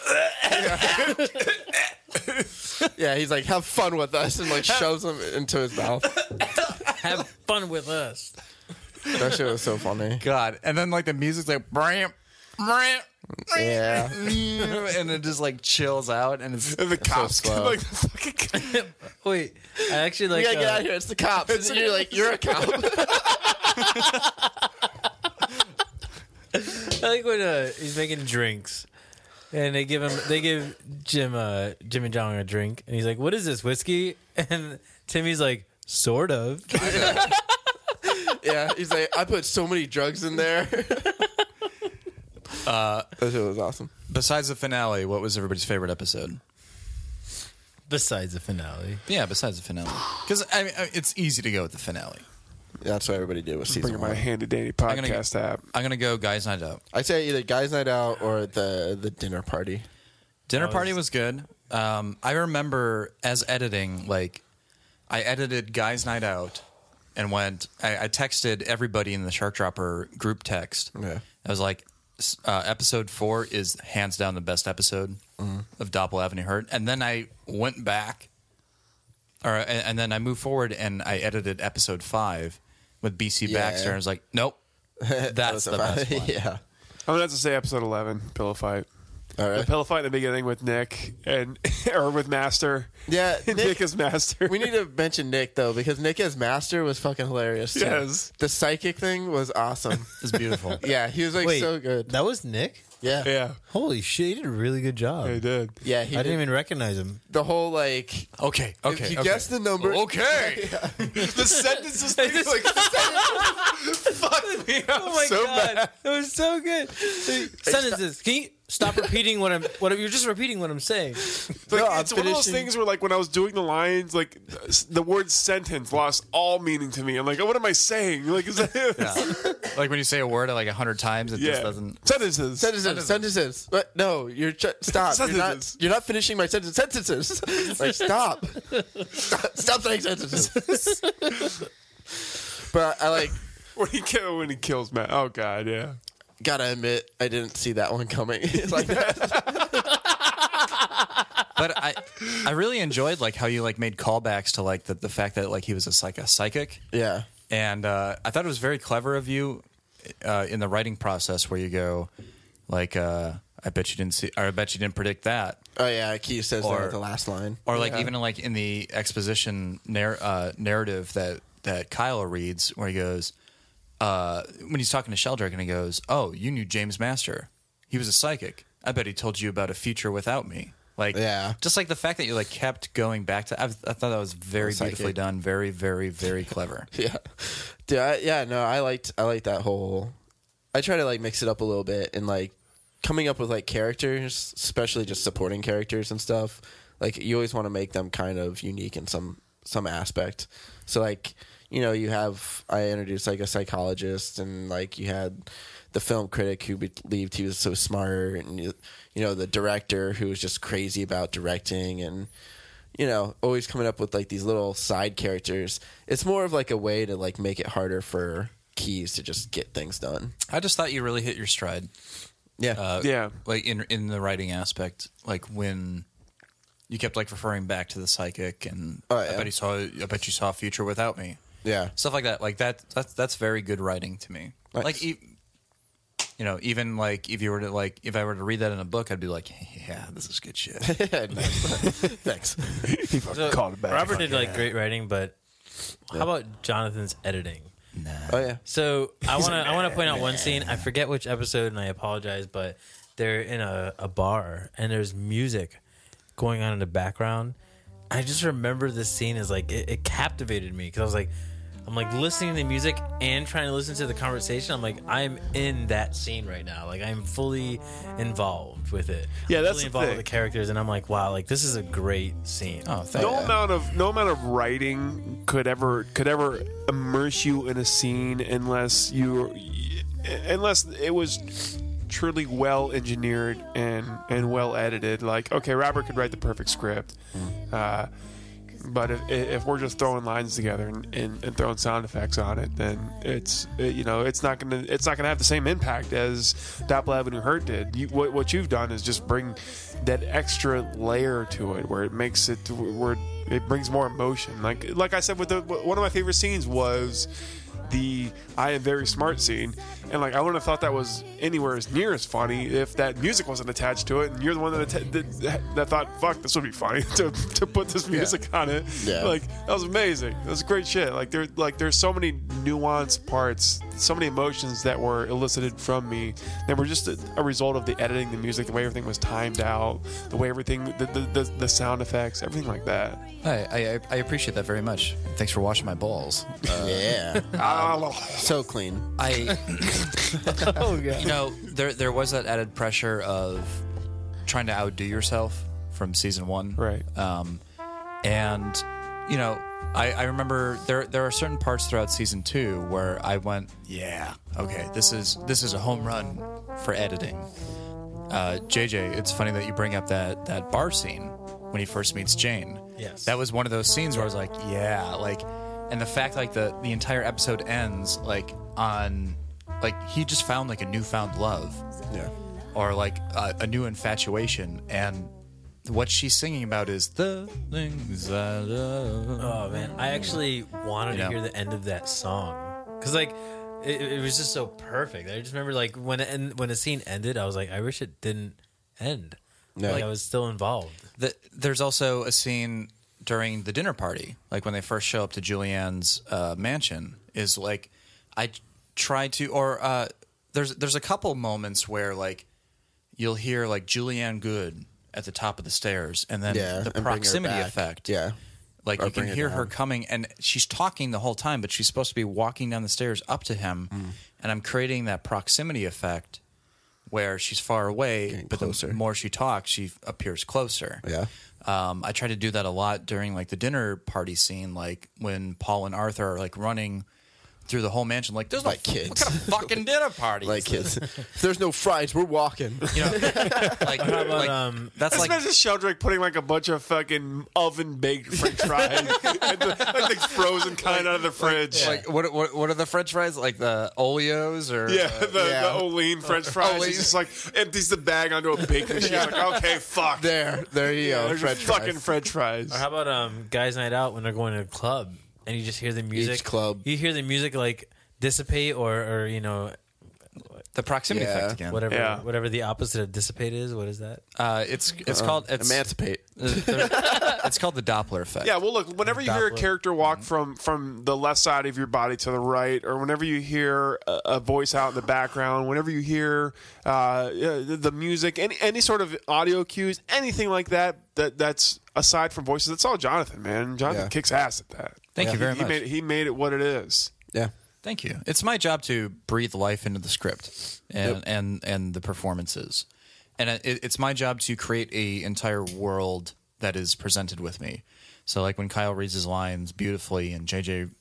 Yeah, he's like, Have fun with us. And like, shoves him into his mouth.
Have fun with us.
That shit was so funny.
God. And then like the music's like bram
Yeah.
and it just like chills out and it's
the cops
so slow.
like
Wait, I actually
We
like.
gotta get
uh,
out of here. It's the cops. And you're like, You're a cop.
I like when uh, he's making drinks, and they give him they give Jim uh, Jim and John a drink, and he's like, "What is this whiskey?" And Timmy's like, "Sort of."
yeah. He's like, I put so many drugs in there.
Uh,
that shit was awesome.
Besides the finale, what was everybody's favorite episode?
Besides the finale,
Yeah, besides the finale, because I mean I- it's easy to go with the finale.
That's what everybody did with season
Bringing my
one.
handy dandy
I'm gonna go-
podcast app.
I'm gonna go Guys Night Out.
I'd say either Guys Night Out or the, the dinner party.
Dinner party was good. Um, I remember as editing, like I edited Guys Night Out and went. I, I texted everybody in the Shark Dropper group text.
Yeah.
I was like, s- uh, episode four is hands down the best episode
Mhm.
of Doppel Avenue Hurt. And then I went back, or and, and then I moved forward and I edited episode five with BC
Yeah.
Baxter. And I was like, nope, that's the best one.
yeah.
I'm gonna have to say episode 11, pillow fight.
All right.
The pillow fight in the beginning with Nick and or with Master.
Yeah,
Nick, is Master.
We need to mention Nick though, because Nick as master was fucking hilarious. Too.
Yes.
the psychic thing was awesome.
It's beautiful.
yeah, he was like
Wait,
so good.
That was Nick.
Yeah,
yeah,
Holy shit, he did a really good job.
he did.
yeah. He
I
did.
didn't even recognize him.
the whole like.
Okay, okay.
if you
okay.
guess the number,
Okay.
The sentences thing is like fuck me up
Oh my
so
god,
bad.
that was so good. Sentences. Can you stop repeating what I'm? What you're just repeating what I'm saying.
Like,
No, I'm
it's one of those
finishing-
things where, like, when I was doing the lines, like, s- the word sentence lost all meaning to me. I'm like, oh, what am I saying? Like, is that
like when you say a word like a hundred times, it
yeah.
just doesn't.
Sentences.
sentences, sentences. But no, you're ch- stop. You're not.
Sentences.
You're not finishing my sentence. Sentences. like stop. stop. Stop saying sentences. but I like
when he kill when he kills Matt. Oh God, yeah.
gotta admit I didn't see that one coming. like that.
But I, I really enjoyed like how you like made callbacks to like the, the fact that like he was a psych a psychic,
Yeah.
and uh, I thought it was very clever of you uh, in the writing process where you go, like, uh, I bet you didn't see, or I bet you didn't predict that,
Oh yeah, Key says that
Or-
at the last line.
or like
Yeah.
even like in the exposition narr- uh, narrative that that Kyle reads, where he goes uh, when he's talking to Sheldrick, and he goes, "Oh, you knew James Master. He was a psychic. I bet he told you about a future without me." Like,
Yeah.
just like the fact that you like kept going back to. i I thought that was very
Psychic.
beautifully done, very, very, very clever.
yeah, dude. I, yeah, no, I liked I liked that whole. I try to like mix it up a little bit and like coming up with like characters, especially just supporting characters and stuff.
like you always want to make them kind of unique in some some aspect. So like you know you have I introduced like a psychologist and like you had the film critic who believed he was so smart and you, you know the director who was just crazy about directing and you know always coming up with like these little side characters. It's more of like a way to like make it harder for keys to just get things done.
I just thought you really hit your stride.
Yeah.
Uh,
Yeah.
Like in in the writing aspect, like when you kept like referring back to the psychic, and I bet he saw. I bet you saw a future without me.
Yeah.
Stuff like that. Like that. That's that's very good writing to me.
Nice.
Like. E- you know, even like if you were to like if I were to read that in a book, I'd be like, yeah, this is good shit.
Thanks.
He fucking called it back.
Robert did
Fuck
like
yeah.
great writing, but how about Jonathan's editing?
Oh yeah.
So I
He's
want to
like,
I want to point out
"Nah,
one scene. I forget which episode, and I apologize, but they're in a, a bar and there's music going on in the background. I just remember this scene as like it, it captivated me because I was like, I'm like listening to music and trying to listen to the conversation. I'm like, I'm in that scene right now. Like I'm fully involved with it.
Yeah,
I'm
that's
fully
the
involved
thing.
with the characters, and I'm like, wow, like this is a great scene.
Oh,
no amount of no amount of writing could ever could ever immerse you in a scene unless you unless it was truly well engineered and and well edited like okay robert could write the perfect script uh, but if, if we're just throwing lines together and, and, and throwing sound effects on it then it's it, you know it's not gonna it's not gonna have the same impact as Doppel Avenue Hurt did you, what, what you've done is just bring that extra layer to it where it makes it where it brings more emotion like like I said with the one of my favorite scenes was the I am very smart scene. And like I wouldn't have thought that was anywhere as near as funny if that music wasn't attached to it. And you're the one that atta- that, that thought, "Fuck, this would be funny to, to put this music on it."
Yeah.
Like that was amazing. That was great shit. Like there like there's so many nuanced parts, so many emotions that were elicited from me that were just a, a result of the editing, the music, the way everything was timed out, the way everything, the the, the, the sound effects, everything like that.
I, I I appreciate that very much. Thanks for washing my balls. Uh,
yeah. so clean.
I You know, there there was that added pressure of trying to outdo yourself from season one,
right?
Um, and you know, I, I remember there there are certain parts throughout season two where I went, yeah, okay, this is this is a home run for editing. Uh, JJ, it's funny that you bring up that that bar scene when he first meets Jane.
Yes.
that was one of those scenes where I was like, yeah, like, and the fact like the the entire episode ends like on like he just found like a newfound love.
Yeah.
Or like a, a new infatuation, and what she's singing about is the things I love.
Oh man, I actually wanted
You
to
know?
hear the end of that song because like it, it was just so perfect. I just remember like when it en- when the scene ended, I was like, I wish it didn't end.
No.
Like I was still involved.
The, there's also a scene during the dinner party, like when they first show up to Julianne's uh, mansion, is like I try to, or uh, there's there's a couple moments where like you'll hear like Julianne Good at the top of the stairs, and then
Yeah,
the
and bring her
proximity
back.
effect,
yeah,
like
Or
you can
bring her
hear her
down.
coming, and she's talking the whole time, but she's supposed to be walking down the stairs up to him, and I'm creating that proximity effect where she's far away, but the more she talks, she appears closer.
Yeah.
Um, I try to do that a lot during like the dinner party scene, like when Paul and Arthur are like running through the whole mansion, like there's no
Like kids.
What kind of fucking dinner party?
Like kids. if there's no fries, we're walking.
You know, like, like
um,
um,
that's
That's
like
imagine Sheldrick putting like a bunch of fucking oven baked French fries, and the, like the frozen kind out of the fridge.
Like what, what? What are the French fries? Like the Oleos or
yeah,
uh,
the, the Olean French fries. He's just like empties the bag onto a bake machine.
Yeah.
Like, okay, fuck.
There, there you
yeah,
go,
there's your
French fries. Uh-huh.
fucking French fries.
Or how about um guys' night out when they're going to a club and you just hear the music club. You hear the music like dissipate or or you know
the proximity effect again.
Whatever
Yeah.
whatever the opposite of dissipate is. What is that?
Uh, it's it's
Uh-uh.
called it's,
Emancipate.
it's called the Doppler effect.
Yeah, well, look. Whenever you hear a
Doppler.
character walk from from the left side of your body to the right, or whenever you hear a, a voice out in the background, whenever you hear uh, uh, the music, any any sort of audio cues, anything like that, that that's aside from voices, that's all Jonathan. Man, Jonathan
Yeah.
kicks ass at that.
Thank you
He-
very
he
much.
Made, he made it what it is.
Yeah.
Thank you. It's my job to breathe life into the script and
Yep.
and and the performances, and it, it's my job to create a entire world that is presented with me. So like when Kyle reads his lines beautifully and JJ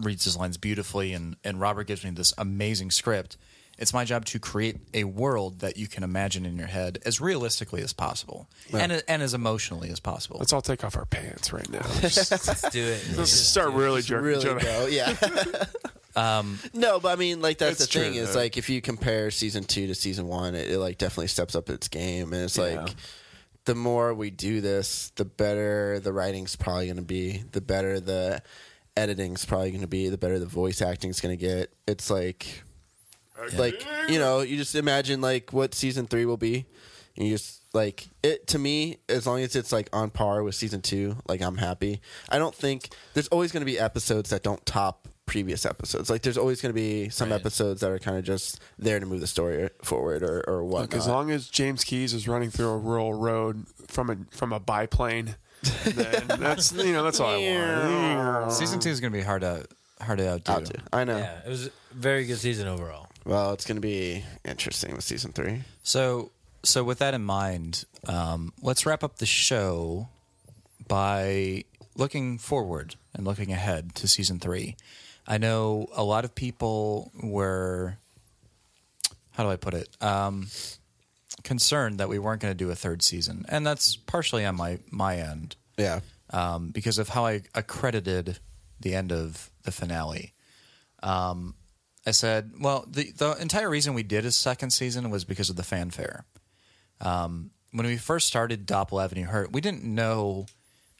reads his lines beautifully and, and Robert gives me this amazing script, it's my job to create a world that you can imagine in your head as realistically as possible and and as emotionally as possible.
Let's all take off our pants right now.
Let's do it.
Let's start really jerking.
really
each other.
go, yeah.
um,
no, but I mean, like that's the
It's true,
thing is
though.
like if you compare season two to season one, it, it like definitely steps up its game, and it's like the more we do this, the better the writing's probably going to be, the better the editing's probably going to be, the better the voice acting's going to get. It's like, like you know, you just imagine like what season three will be, and you just like it to me. As long as it's like on par with season two, like I'm happy. I don't think there's always going to be episodes that don't top previous episodes. Like there's always going to be some episodes that are kind of just there to move the story forward or or what.
Look, as long as James Keys is running through a rural road from a from a biplane, then that's you know that's all I want.
Season two is going to be hard to hard to Um, outdo.
I know.
Yeah, it was a very good season overall.
Well, it's going to be interesting with season three.
So, so with that in mind, um, let's wrap up the show by looking forward and looking ahead to season three. I know a lot of people were, how do I put it, um, concerned that we weren't going to do a third season, and that's partially on my my end.
Yeah,
um, because of how I accredited the end of the finale. Um, I said, well, the, the entire reason we did a second season was because of the fanfare. Um, when we first started Doppel Avenue Hurt, we didn't know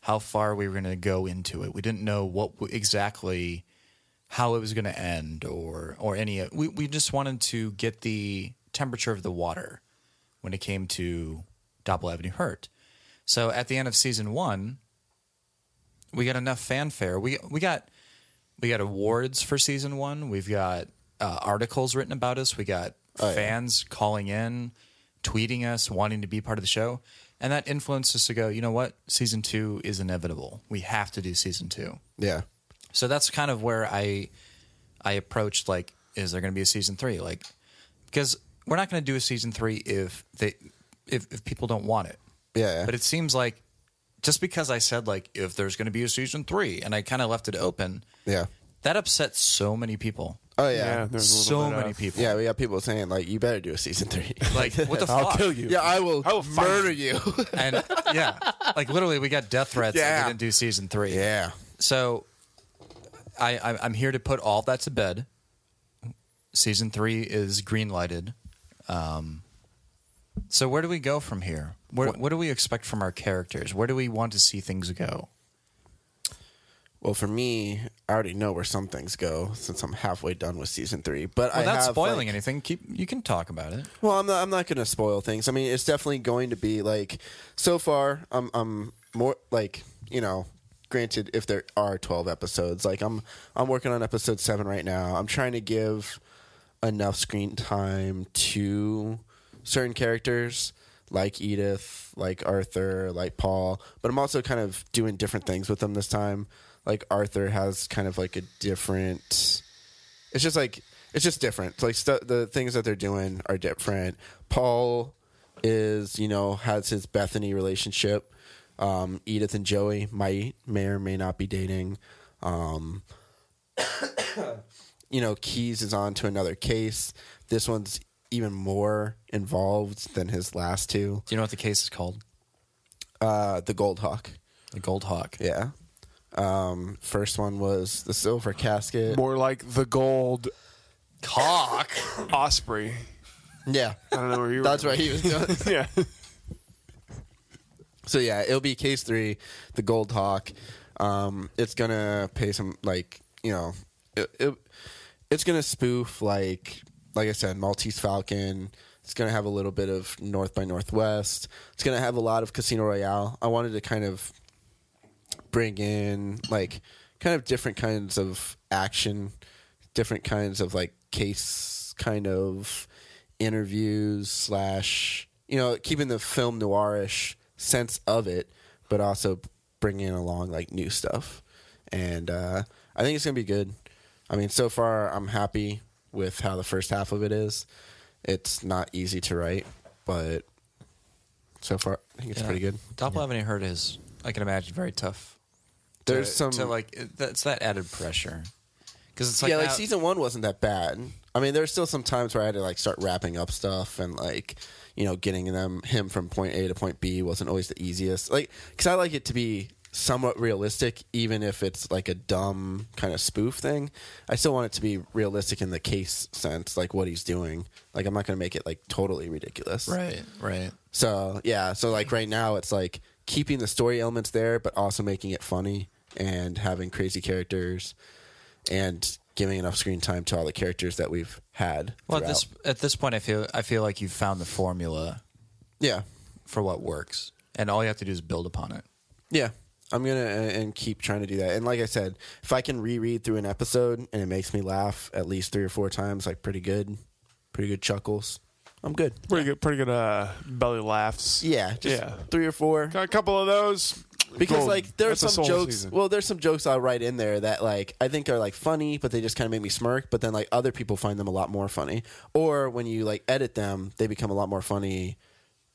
how far we were going to go into it. We didn't know what w- exactly how it was going to end or or any. We we just wanted to get the temperature of the water when it came to Doppel Avenue Hurt. So at the end of season one, we got enough fanfare. We we got we got awards for season one. We've got uh, articles written about us. We got fans calling in, tweeting us, wanting to be part of the show, and that influenced us to go. You know what? Season two is inevitable. We have to do season two.
Yeah.
So that's kind of where I I approached like, is there going to be a season three? Like, because we're not going to do a season three if they if, if people don't want it.
Yeah.
But it seems like just because I said like if there's going to be a season three, and I kind of left it open,
Yeah.
that upset so many people.
Oh yeah,
Yeah, there's a little So bit many of- people.
Yeah, we got people saying like, "You better do a season three.
Like, what the
I'll
fuck?
kill you. Yeah, I will. I will murder you.
and yeah, like literally, we got death threats. Yeah.
Yeah.
and didn't do season three.
Yeah.
So, I I'm- I'm here to put all that to bed. Season three is green lighted. Um, so where do we go from here? Where, what? do we expect from our characters? Where do we want to see things go?
Well, for me, I already know where some things go since I'm halfway done with season three. But I
Without
have,
spoiling
like-
anything, keep you can talk about it.
Well, I'm not. I'm not going to spoil things. I mean, it's definitely going to be like. So far, I'm. I'm more like you know. Granted, if there are 12 episodes, like I'm. I'm working on episode seven right now. I'm trying to give enough screen time to certain characters like Edith, like Arthur, like Paul, but I'm also kind of doing different things with them this time. Like Arthur has kind of like a different it's just like it's just different. It's Like stu- the things that they're doing are different. Paul is you know has his Bethany relationship. Um, Edith and Joey might may or may not be dating. Um, you know, Keys is on to another case. This one's even more involved than his last two.
Do you know what the case is called?
Uh, the Gold Hawk.
The Gold Hawk.
Yeah. Um, first one was the silver casket.
More like the gold
cock
osprey.
Yeah.
I don't know where you. Were
That's what he was doing.
yeah.
So yeah, it'll be case three, the Gold Hawk. Um, it's gonna pay some like you know, it, it, it's gonna spoof like like I said, Maltese Falcon. It's gonna have a little bit of North by Northwest. It's gonna have a lot of Casino Royale. I wanted to kind of bring in like kind of different kinds of action, different kinds of like case kind of interviews slash you know keeping the film noirish sense of it, but also bringing along like new stuff, and uh, I think it's gonna be good. I mean, so far I'm happy with how the first half of it is. It's not easy to write, but so far. I think it's pretty good.
Doppel haven't heard is, I can imagine, very tough.
There's
to,
some-
to like it- that's that added pressure because it's like
yeah, like
now-
season one wasn't that bad. I mean, there's still some times where I had to like start wrapping up stuff and like you know getting them him from point A to point B wasn't always the easiest. Like because I like it to be somewhat realistic, even if it's like a dumb kind of spoof thing. I still want it to be realistic in the case sense, like what he's doing. Like I'm not going to make it like totally ridiculous.
Right, right.
So yeah, so like right now it's like keeping the story elements there, but also making it funny and having crazy characters and giving enough screen time to all the characters that we've had.
Well, at
throughout.
this at this point, I feel I feel like you've found the formula.
Yeah.
For what works, and all you have to do is build upon it.
yeah, I'm gonna uh, and keep trying to do that. And like I said, if I can reread through an episode and it makes me laugh at least three or four times, like pretty good, pretty good chuckles. I'm good.
Pretty good. Pretty good. Uh, belly laughs.
Yeah, just
yeah.
three or four.
Got a couple of those.
because
Golden.
like there are
That's a
some
soul
jokes.
season.
Well, there's some jokes I'll write in there that like I think are like funny, but they just kind of make me smirk. But then like other people find them a lot more funny, or when you like edit them, they become a lot more funny,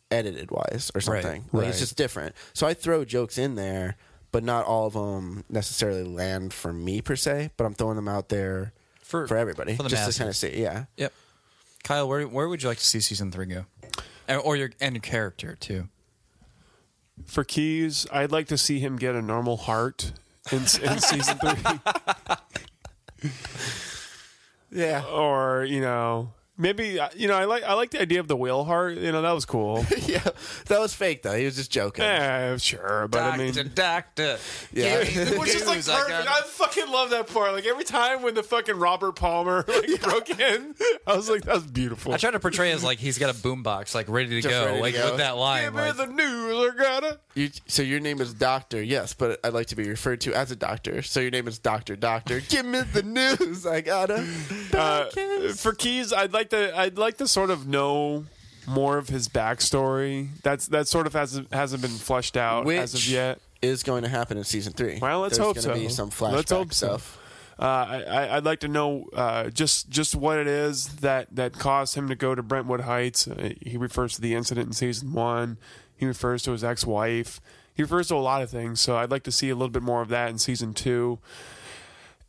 edited wise or
Right,
something. Like
right.
it's just different. So I throw jokes in there, but not all of them necessarily land for me per se. But I'm throwing them out there
for
for everybody,
for the
just
masses.
to kind of see. Yeah,
Yep. Kyle, where where would you like to see season three go, and, or your and your character too?
For Keys, I'd like to see him get a normal heart in, in season three.
yeah.
Or you know, maybe uh, you know, I like I like the idea of the whale heart. You know, that was cool.
yeah, that was fake though. He was just joking.
Yeah, sure, but I mean,
doctor.
Yeah.
Which is like
News I
perfect.
got.
I, fucking love that part. Like every time when the fucking Robert Palmer like broke in, I was like, that was beautiful.
I try to portray as like he's got a boombox, like ready to
Just
go,
ready to
like
go.
with that line.
Give me
like-
the news, I gotta.
You, so your name is Doctor, yes, but I'd like to be referred to as a doctor. So your name is Doctor Doctor. Give me the news, I gotta.
Uh, for Keys, I'd like to. I'd like to sort of know more of his backstory. That's that sort of hasn't hasn't been fleshed out
Which
as of yet.
is going to happen in season three.
Well, let's
There's
hope
gonna
so.
Be some flashback
let's hope so.
stuff.
Uh, I, I- I'd like to know uh, just just what it is that, that caused him to go to Brentwood Heights. Uh, he refers to the incident in season one. He refers to his ex wife. He refers to a lot of things. So I'd like to see a little bit more of that in season two,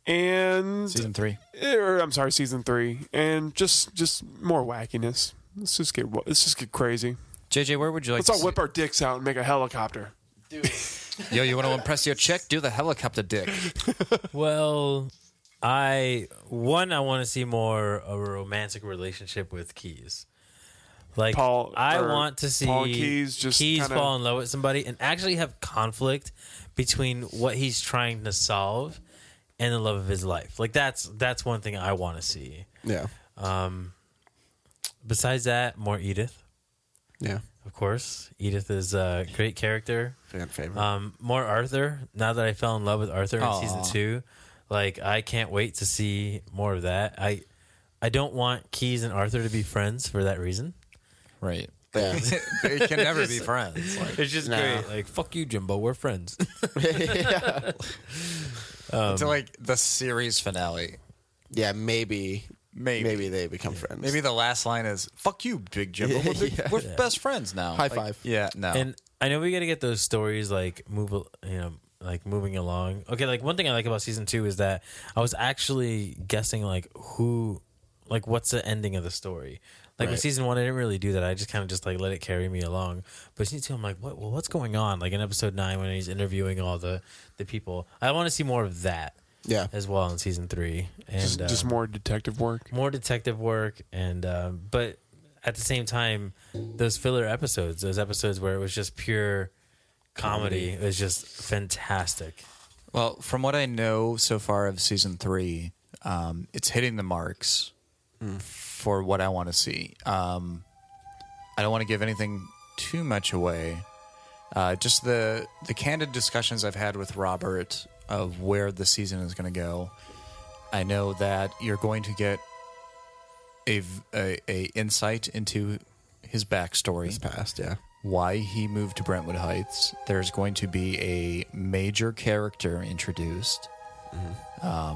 and
season three.
Eh, Or I'm sorry, season three, and just just more wackiness. Let's just get wa- let's just get crazy.
JJ, where would you like?
let's
to
all
see-
whip our dicks out and make a helicopter.
Yo, you want to impress your chick? Do the helicopter dick.
Well, I one I want to see more of a romantic relationship with Keys. Like
Paul-
I
or
want to see
Paul and Keys just
Keys
kinda-
fall in love with somebody and actually have conflict between what he's trying to solve and the love of his life. Like that's that's one thing I want to see.
Yeah,
Um, besides that, more Edith.
Yeah.
Of course. Edith is a great character.
Fan favorite.
Um, more Arthur. Now that I fell in love with Arthur in
Aw.
season two, like I can't wait to see more of that. I I don't want Keys and Arthur to be friends for that reason.
Right.
Yeah.
they can never be friends. Like,
It's just
Nah.
great. Like, fuck you, Jimbo, we're friends.
Until like the series finale.
yeah, maybe,
Maybe.
maybe they become friends.
Maybe the last line is "fuck you, Big Jimbo. We're, big, we're best friends now."
High
Like,
five.
Yeah, no.
And I know we got to get those stories like move, al- you know, like moving along. Okay, like one thing I like about season two is that I was actually guessing like who, like what's the ending of the story. Like with
Right.
season one, I didn't really do that. I just kind of just like let it carry me along. But season two, I'm like, what? Well, what's going on? Like in episode nine when he's interviewing all the the people, I want to see more of that.
Yeah.
as well in season three, and
Just, just
um,
more detective work.
more detective work and um, but at the same time those filler episodes those episodes where it was just pure comedy, it was just fantastic
Well, from what I know so far of season three, um, it's hitting the marks for what I want to see. Um, I don't want to give anything too much away. Uh, just the the candid discussions I've had with Robert of where the season is going to go. I know that you're going to get a, v- a- a insight into his backstory
It's past. Yeah,
why he moved to Brentwood Heights. There's going to be a major character introduced.
Ooh, I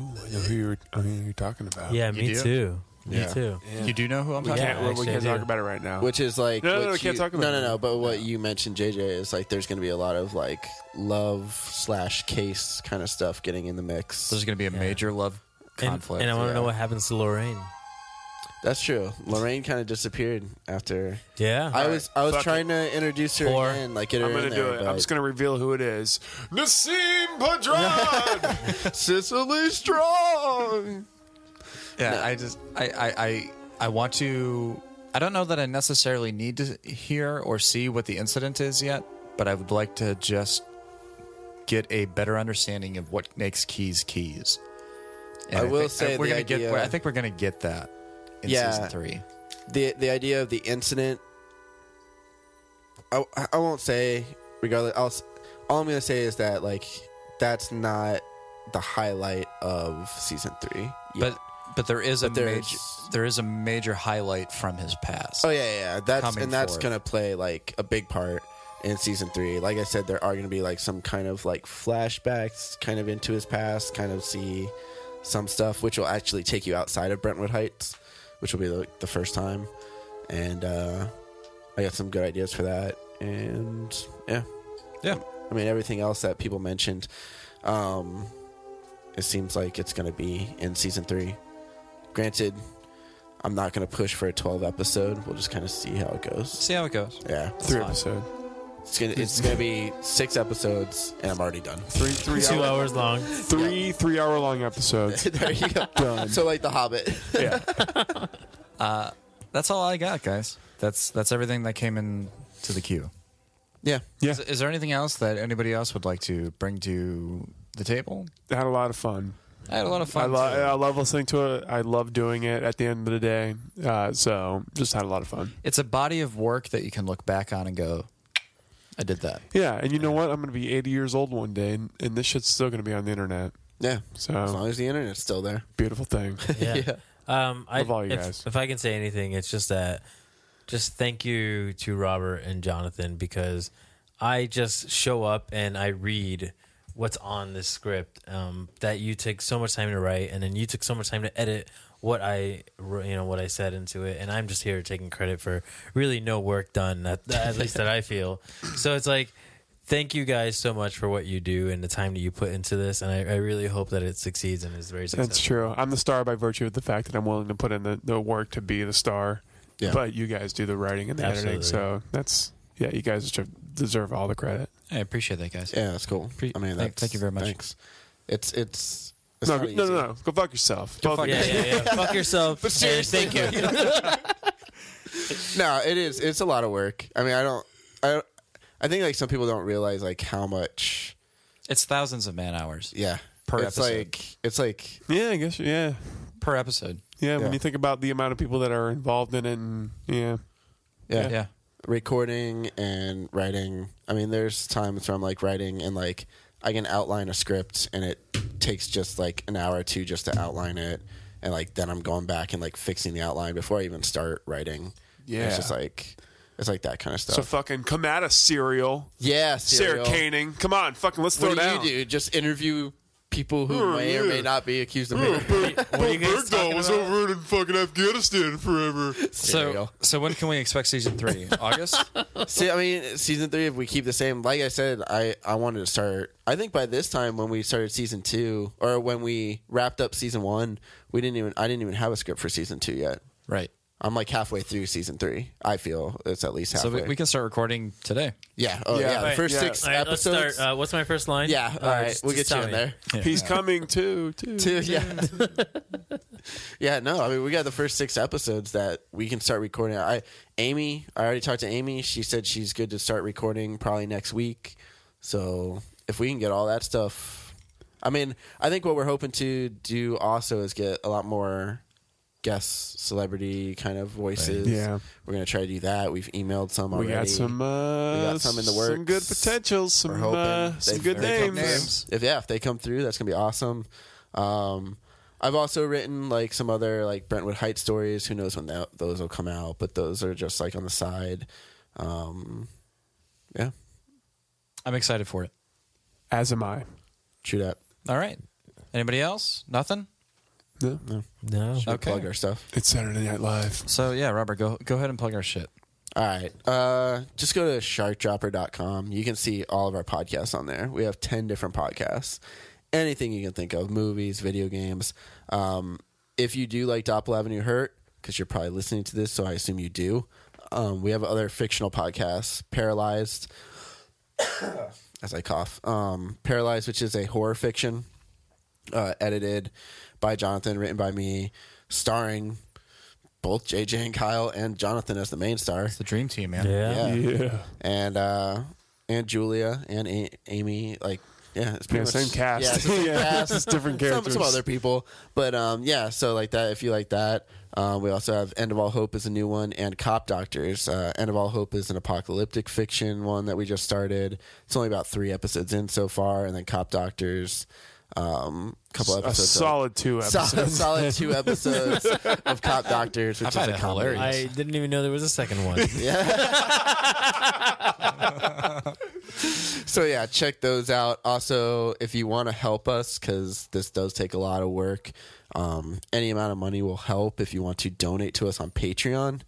know who you're, I know who you're talking about.
yeah
You
me
do?
too Me too.
You do know who I'm
We
talking
can't-
about?
we can't talk about
it right now.
Uh, Which is like
No, no,
what
no, we can't
you-
talk about
no,
it.
no, no. But what you mentioned, JJ, is like there's going to be a lot of like love slash case kind of stuff getting in the mix.
There's going to be a major love
And- conflict. and I wanna know what happens to Lorraine.
That's true. Lorraine kind of disappeared after.
Yeah,
I
All
was
right,
I was
fuck
trying to introduce her
Or-
and like get her
I'm gonna
in there.
do it. I'm just gonna reveal who it is. Nassim
Padron, Sicily strong.
Yeah, I just I, I I I want to. I don't know that I necessarily need to hear or see what the incident is yet, but I would like to just get a better understanding of what makes keys keys.
I will
think-
say
we're
the
gonna get.
idea-
we're- I think we're gonna get that in
Yeah.
season three.
the the idea of the incident. I I won't say regardless. I'll, s- all I'm gonna say is that like that's not the highlight of season three.
But but there is
But
a
there's-
major there is a major highlight from his past.
Oh yeah, yeah, yeah. That's
coming
and that's
forth.
gonna play like a big part in season three. Like I said, there are gonna be like some kind of like flashbacks, kind of into his past, kind of see some stuff, which will actually take you outside of Brentwood Heights, which will be the, the first time. And uh, I got some good ideas for that. And yeah,
yeah.
I mean, everything else that people mentioned, um, it seems like it's gonna be in season three. Granted, I'm not going to push for a 12 episode. We'll just kind of see how it goes.
See how it goes.
Yeah,
Three episode.
It's gonna it's gonna be six episodes, and I'm already done.
Three three
Two
hour-
hours long.
Three three hour long episodes.
there you go.
Done.
So like the Hobbit.
Yeah.
Uh, that's all I got, guys. That's that's everything that came in to the queue.
Yeah.
Yeah.
Is, is there anything else that anybody else would like to bring to the table?
I had a lot of fun.
I had a lot of
I,
fun.
lo-
too.
I love listening to it. I love doing it at the end of the day. Uh, so just had a lot of fun.
It's a body of work that you can look back on and go, I did that.
Yeah, and you know what? I'm going to be 80 years old one day, and, and this shit's still going to be on the internet.
Yeah.
So
As long as the internet's still there.
beautiful thing.
Yeah. Um, I,
Love all you
if,
guys.
if I can say anything, it's just that. Just thank you to Robert and Jonathan because I just show up and I read what's on this script um, that you took so much time to write, and then you took so much time to edit what I wr- you know what I said into it, and I'm just here taking credit for really no work done at, at least that I feel. So it's like. Thank you guys so much for what you do and the time that you put into this, and I, I really hope that it succeeds and is very successful.
That's true. I'm the star by virtue of the fact that I'm willing to put in the, the work to be the star.
Yeah.
But you guys do the writing and the editing.
Absolutely.
So that's, yeah, you guys deserve- deserve all the credit.
I appreciate that, guys.
Yeah, that's cool. I mean,
thank-
that's,
thank you very much.
Thanks. It's it's. it's
No,
not
go- no,
easy.
no, no. Go fuck yourself. Both of
yeah,
you.
yeah, yeah. Fuck yourself.
But
But
seriously,
seriously, thank you.
no, it is. It's a lot of work. I mean, I don't. I I think like some people don't realize like how much.
It's thousands of man hours.
Yeah.
Per
it's
episode.
like it's like
Yeah, I guess. Yeah.
Per episode.
Yeah,
Yeah.
when you think about the amount of people that are involved in it, and yeah,
Yeah.
Yeah.
Recording and writing. I mean, there's times where I'm like writing and like I can outline a script and it takes just like an hour or two just to outline it. And like then I'm going back and like fixing the outline before I even start writing.
Yeah.
It's just like, it's like that kind of stuff.
so fucking come at us, cereal,
yeah.
Sarah
Serial.
Caning. Come on, fucking let's throw
What do
down.
you do? Just interview people who
Oh,
may or may
yeah.
not be accused
Hmm,
of murder.
was over in fucking Afghanistan forever.
So, so when can we expect season three? August?
See, I mean, season three. If we keep the same, like I said, I I wanted to start. I think by this time when we started season two, or when we wrapped up season one, we didn't even. I didn't even have a script for season two yet.
Right.
I'm like halfway through season three. I feel it's at least
So
halfway.
we, we can start recording today.
yeah. Oh yeah.
Yeah.
The
Right,
first
yeah.
six
All right, let's
episodes.
start. Uh, what's my first line?
yeah. All
Uh,
right.
just-
we'll
just
get you
tell
in
me.
there.
He's coming too, too.
Two. Yeah. yeah. No. I mean, we got the first six episodes that we can start recording. I Amy. I already talked to Amy. She said she's good to start recording probably next week. So if we can get all that stuff, I mean, I think what we're hoping to do also is get a lot more guest celebrity kind of voices.
Yeah.
We're gonna try to do that. We've emailed some
We
already.
got some. Uh,
We got some in the works.
Some good potentials.
We're
Some
hoping
uh,
they-
some good
they come
names.
through. If yeah, if they come through, that's gonna be awesome. Um, I've also written like some other like Brentwood Heights stories. Who knows when that, those will come out? But those are just like on the side. Um, yeah,
I'm excited for it.
As am I.
true that.
All right. Anybody else? Nothing?
No,
no,
no.
Should we plug our stuff.
It's Saturday Night Live.
So yeah, Robert, go go ahead and plug our shit.
All right. Uh, just go to sharkdropper.com. You can see all of our podcasts on there. We have 10 different podcasts. Anything you can think of movies, video games. Um, if you do like Doppel Avenue Hurt, because you're probably listening to this, so I assume you do, um, we have other fictional podcasts Paralyzed, as I cough, um, Paralyzed, which is a horror fiction uh, edited by Jonathan, written by me, starring both JJ and Kyle and Jonathan as the main star. It's
the dream team, man.
Yeah.
Yeah.
And uh, and Julia and a- Amy, like yeah, it's pretty
Yeah,
much
same cast.
Yeah, it's the same
Yeah,
cast.
it's different
Some,
characters.
some other people, but um, yeah. So like that, if you like that. Um, we also have End of All Hope is a new one, and Cop Doctors. Uh, End of All Hope is an apocalyptic fiction one that we just started. It's only about three episodes in so far, and then Cop Doctors, um, couple
A
episodes, of-
solid two
Sol-
episodes.
solid two episodes of Cop Doctors, which
I find
is a
it
comedy.
hilarious.
I didn't even know there was a second one.
so yeah, check those out. Also, if you want to help us, because this does take a lot of work, um, any amount of money will help. If you want to donate to us on Patreon,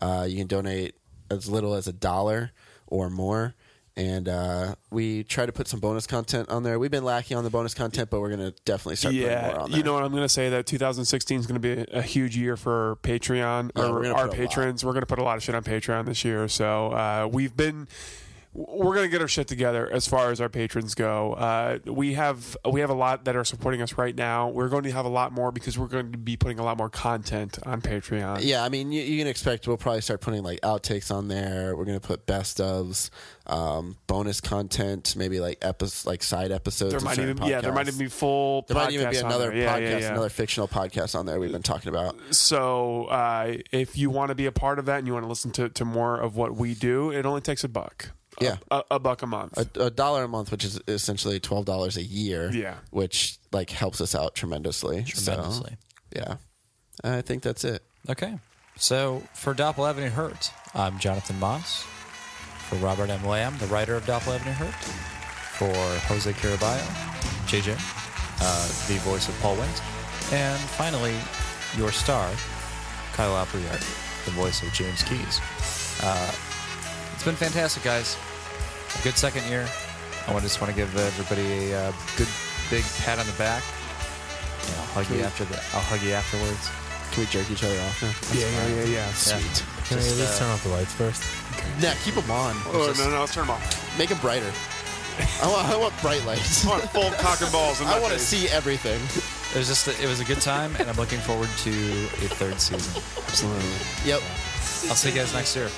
uh, you can donate as little as a dollar or more. And uh, we try to put some bonus content on there. We've been lacking on the bonus content, but we're gonna definitely start putting more
Yeah,
on there.
you know what I'm going to say that 2016 is going to be a- a huge year for Patreon
Yeah, we're
or
gonna
our
put a lot.
patrons. We're going to put a lot of shit on Patreon this year, so uh, we've been we're going to get our shit together as far as our patrons go. Uh, we have we have a lot that are supporting us right now. We're going to have a lot more because we're going to be putting a lot more content on Patreon.
Yeah, I mean, you, you can expect we'll probably start putting like outtakes on there. We're gonna put best ofs, um, bonus content, maybe like epis like side episodes.
There
of
might
certain
even yeah, there
podcasts.
might even be full.
there might even be
podcasts on
another
there. Yeah,
podcast,
yeah, yeah.
another fictional podcast on there we've been talking about.
So uh, if you want to be a part of that and you want to listen to, to more of what we do, it only takes a buck. A-
Yeah.
a, a buck a month.
A, a dollar a month, which is essentially twelve dollars a year.
Yeah.
which like helps us out tremendously. So,
Tremendously.
yeah, I think that's it.
Okay. So for Doppel Avenue Hurt, I'm Jonathan Moss. For Robert M. Lamb, the writer of Doppel Avenue Hurt. For Jose Caraballo, JJ, uh, the voice of Paul Wint. And finally, your star, Kyle Appleyard, the voice of James Keys. Uh, it's been fantastic, guys. A good second year. I wanna- just want to give everybody a uh, good big pat on the back. And I'll hug you
Sweet.
after the, I'll hug you afterwards.
Can we jerk each other off? now?
yeah, yeah, yeah, yeah.
Sweet.
Can we at least turn off the lights first?
Nah, uh, keep them on.
Oh
Just
no, no, let's turn them off.
Make them brighter. I want, I want bright lights.
I want full cock and balls. In
I
my
want to
face.
see everything.
It was just it was a good time, and I'm looking forward to a third season.
Yep.
I'll see you guys next year.